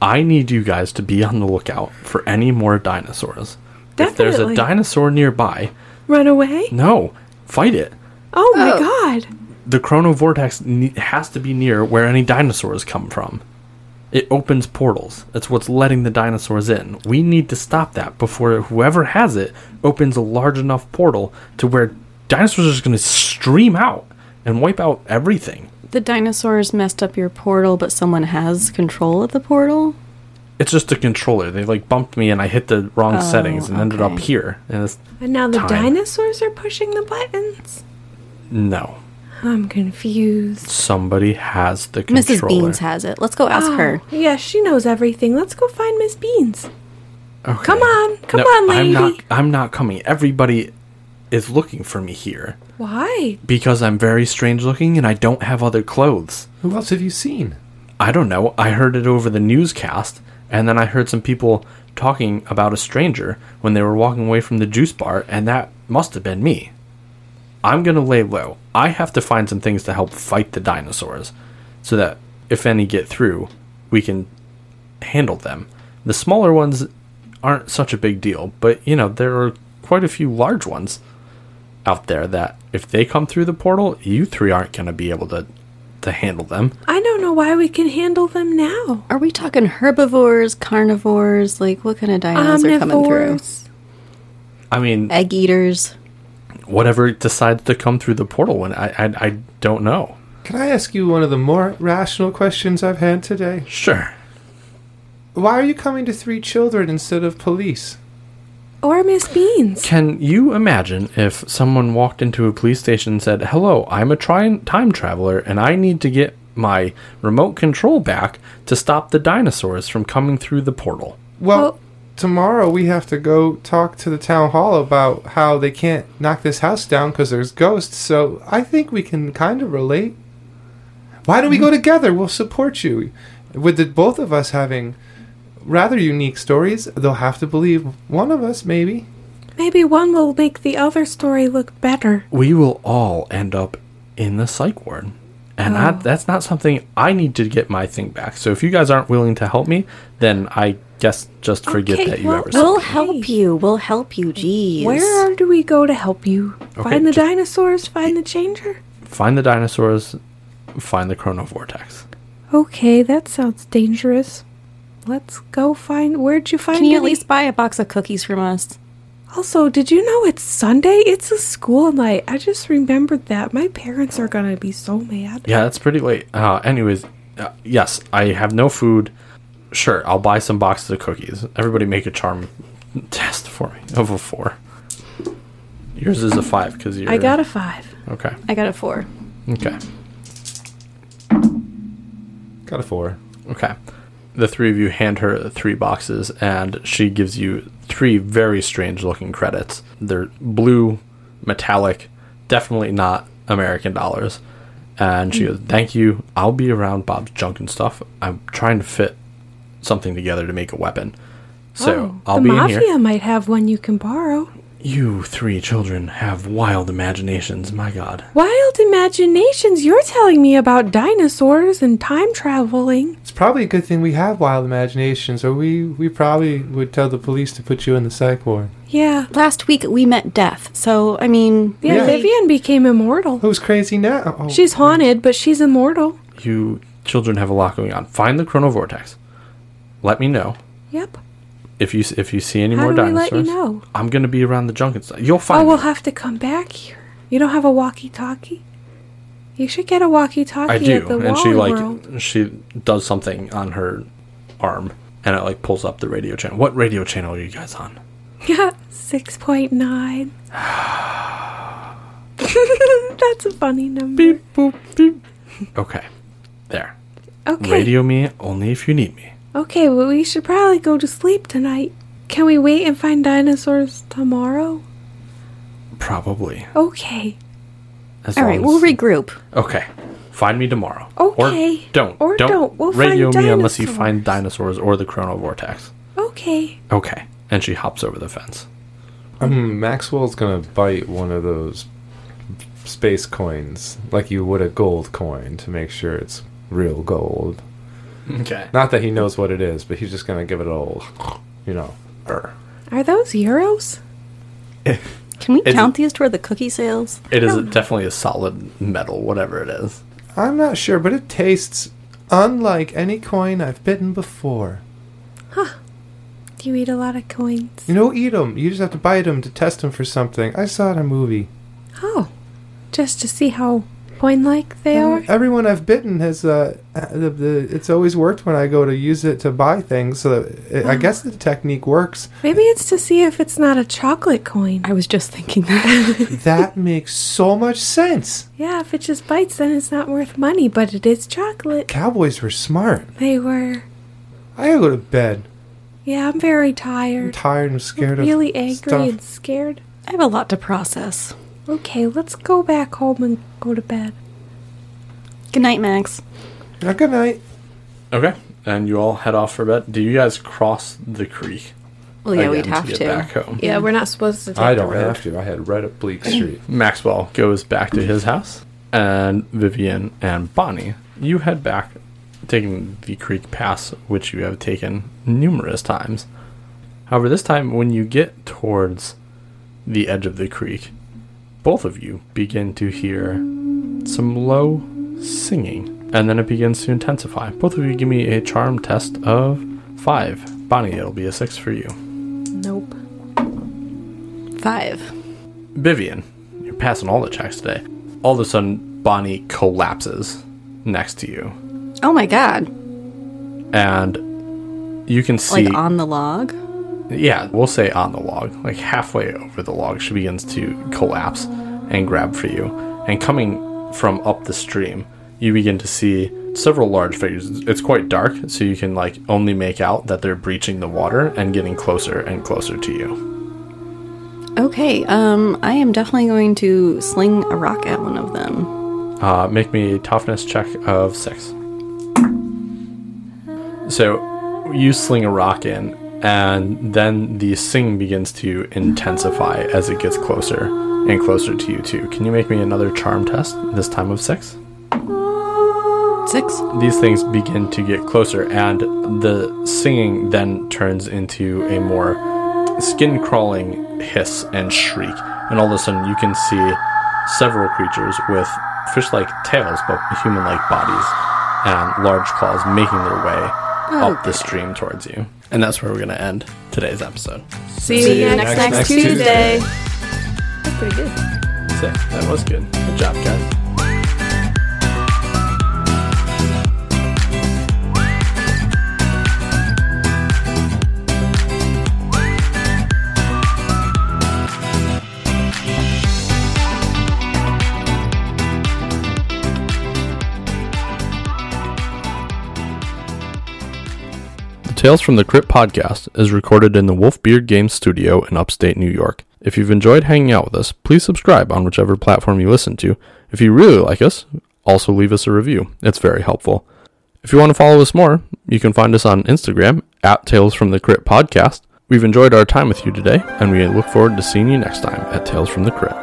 I need you guys to be on the lookout for any more dinosaurs. If there's a Definitely. dinosaur nearby, Run away? no. Fight it. Oh, my god. the chrono vortex ne- has to be near where any dinosaurs come from. It opens portals. That's what's letting the dinosaurs in. We need to stop that before whoever has it opens a large enough portal to where dinosaurs are just going to stream out and wipe out everything. The dinosaurs messed up your portal, but someone has control of the portal? It's just a controller. They like bumped me and I hit the Oh, wrong settings and ended up okay. here. And it's And now the Time. dinosaurs are pushing the buttons. no. I'm confused. Somebody has the Mrs. controller. Beans has it. Let's go ask Oh, her. Yeah, she knows everything. Let's go find Miss Beans. Okay. Come on. Come No, on, lady. I'm not I'm not coming. Everybody is looking for me here. Why? Because I'm very strange looking and I don't have other clothes. Who else have you seen? I don't know. I heard it over the newscast, and then I heard some people talking about a stranger when they were walking away from the juice bar, and that must have been me. I'm going to lay low. I have to find some things to help fight the dinosaurs so that if any get through, we can handle them. The smaller ones aren't such a big deal, but you know, there are quite a few large ones out there that if they come through the portal, you three aren't going to be able to to handle them. I don't know why we can handle them now. Are we talking herbivores, carnivores? Like, what kind of dinos are coming through? Omnivores. I mean, Egg eaters. whatever decides to come through the portal when I, I I don't know. Can I ask you one of the more rational questions I've had today? Sure. Why are you coming to three children instead of police? or Miss Beans. Can you imagine if someone walked into a police station and said, Hello, I'm a tri- time traveler and I need to get my remote control back to stop the dinosaurs from coming through the portal? Well, Well- tomorrow we have to go talk to the town hall about how they can't knock this house down because there's ghosts. So I think we can kind of relate. Why don't we Mm-hmm. go together? We'll support you. With the both of us having rather unique stories, they'll have to believe one of us, maybe. Maybe one will make the other story look better. We will all end up in the psych ward. And Oh. I, that's not something I need to get my thing back. So if you guys aren't willing to help me, then I guess just forget Okay, that you well, ever said We'll Okay. help you. We'll help you. Jeez. Where do we go to help you? find the just- dinosaurs, find the changer? Find the dinosaurs, find the chronovortex. Okay, that sounds dangerous. Let's go find. Where'd you find Can you at any- least buy a box of cookies from us? Also, did you know it's Sunday? It's a school night. I just remembered that. My parents are gonna be so mad. Yeah, that's pretty late. Uh, anyways, uh, yes, I have no food. Sure, I'll buy some boxes of cookies. Everybody make a charm test for me of a four. Yours is a five because you're. I got a five. Okay. I got a four. Okay. Got a four. Okay. The three of you hand her three boxes, and she gives you three very strange looking credits. They're blue, metallic, definitely not American dollars. And Hmm. she goes, Thank you. I'll be around Bob's junk and stuff. I'm trying to fit something together to make a weapon. So I'll Oh, the be in mafia here. might have one you can borrow. You three children have wild imaginations. My God. Wild imaginations! You're telling me about dinosaurs and time traveling. It's probably a good thing we have wild imaginations, or we, we probably would tell the police to put you in the psych ward. Yeah. Last week we met Death, so I mean, Yeah, Yeah. Vivian became immortal. Who's crazy now? Oh, She's haunted, but she's immortal. You children have a lot going on. Find the chronovortex. Let me know. Yep. If you s- if you see any How more do we dinosaurs, let you know? I'm gonna be around the junk and stuff. You'll Oh, find. we'll me. have to come back here. You don't have a walkie-talkie. You should get a walkie-talkie I do, at the and she Wally like World. [LAUGHS] she does something on her arm, and it like pulls up the radio channel. What radio channel are you guys on? Yeah, 6.9. [SIGHS] [LAUGHS] That's a funny number. Okay, there. Okay. Radio me only if you need me. Okay, well, we should probably go to sleep tonight. Can we wait and find dinosaurs tomorrow? Probably. Okay. As all long right, as- we'll regroup. Okay. Find me tomorrow. Okay. Or don't. Or don't. don't. We'll radio find me unless you dinosaurs. find dinosaurs or the chronovortex. Okay. Okay. And she hops over the fence. Um, Maxwell's gonna bite one of those space coins, like you would a gold coin, to make sure it's real gold. Okay. Not that he knows what it is, but he's just gonna give it a little, you know. Er. "Arr." Are those euros? Can we Is count these toward the cookie sales? It Oh, is definitely a solid metal, whatever it is. I'm not sure, but it tastes unlike any coin I've bitten before. Do you eat a lot of coins? You don't eat 'em. You just have to bite 'em to test 'em for something. I saw it in a movie. Oh. Just to see how coin-like they are? Everyone I've bitten has uh, uh, the, the, it's always worked when I go to use it to buy things. So that I guess the technique works. Maybe it's to see if it's not a chocolate coin. I was just thinking that. that makes so much sense. Yeah, if it just bites, then it's not worth money, but it is chocolate. Cowboys were smart. They were. I gotta go to bed. Yeah, I'm very I'm tired. tired and scared of really angry stuff. and scared. [LAUGHS] I have a lot to process. Okay, let's go back home and go to bed. Good night, Max. Now, good night. Okay. And you all head off for bed. Do you guys cross the creek? Well, Oh, yeah, we'd again have to to. get back home. Yeah, we're not supposed to. Take I the don't road. have to. I had right up Bleak Street. Maxwell goes back to his house, and Vivian and Bonnie, you head back, taking the creek pass, which you have taken numerous times. However, this time, when you get towards the edge of the creek, both of you begin to hear some low singing, and then it begins to intensify. Both of you give me a charm test of five. Bonnie, it'll be a six for you. Nope. Five. Vivian, you're passing all the checks today. All of a sudden, Bonnie collapses next to you, Oh my god. and you can see Like on the log? yeah, we'll say on the log, like halfway over the log, she begins to collapse and grab for you. And coming from up the stream, you begin to see several large figures. It's quite dark, so you can like only make out that they're breaching the water and getting closer and closer to you. Okay, um, I am definitely going to sling a rock at one of them. Uh, make me a toughness check of six. So you sling a rock in, and then the sing begins to intensify as it gets closer and closer to you too. Can you make me another charm test? This time of six. Six. these things begin to get closer, and the singing then turns into a more skin crawling hiss and shriek. And all of a sudden, you can see several creatures with fish like tails but human like bodies and large claws making their way up the stream towards you. And that's where we're going to end today's episode. See, you next- next next Tuesday. That's pretty good. Sick. That was good. Good job, guys. The Tales from the Crypt podcast is recorded in the Wolfbeard Games studio in upstate New York. If you've enjoyed hanging out with us, please subscribe on whichever platform you listen to. If you really like us, also leave us a review. It's very helpful. If you want to follow us more, you can find us on Instagram at Tales from the Crypt podcast. We've enjoyed our time with you today, and we look forward to seeing you next time at Tales from the Crypt.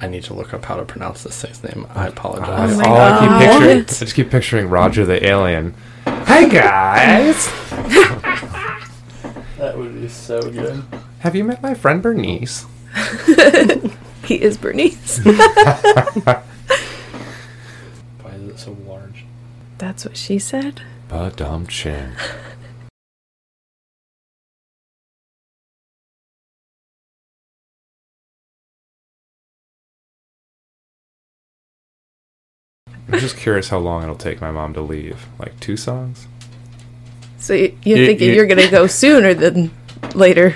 I need to look up how to pronounce this thing's name. I I, apologize. all my I keep God. picturing, I just keep picturing Roger the alien. [LAUGHS] Hey [LAUGHS] guys, that would be so good. have you met my friend Bernice? He is Bernice. [LAUGHS] Why is it so large? That's what she said. Ba-dum chin. I'm just curious how long it'll take my mom to leave. Like two songs? So y- you're You- thinking you- you, are gonna go sooner than later.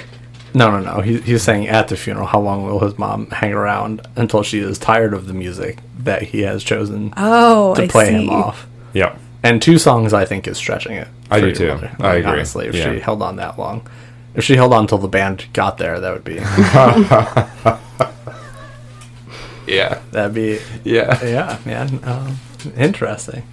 No, no, no. He, he's saying at the funeral, how long will his mom hang around until she is tired of the music that he has chosen Oh, to I play see. him off? Yep. And two songs, I think, is stretching it. I for do your too. mother. I agree. Honestly, if Yeah. she held on that long, if she held on till the band got there, that would [LAUGHS] be Yeah. that'd be Yeah. yeah, man. Um, interesting.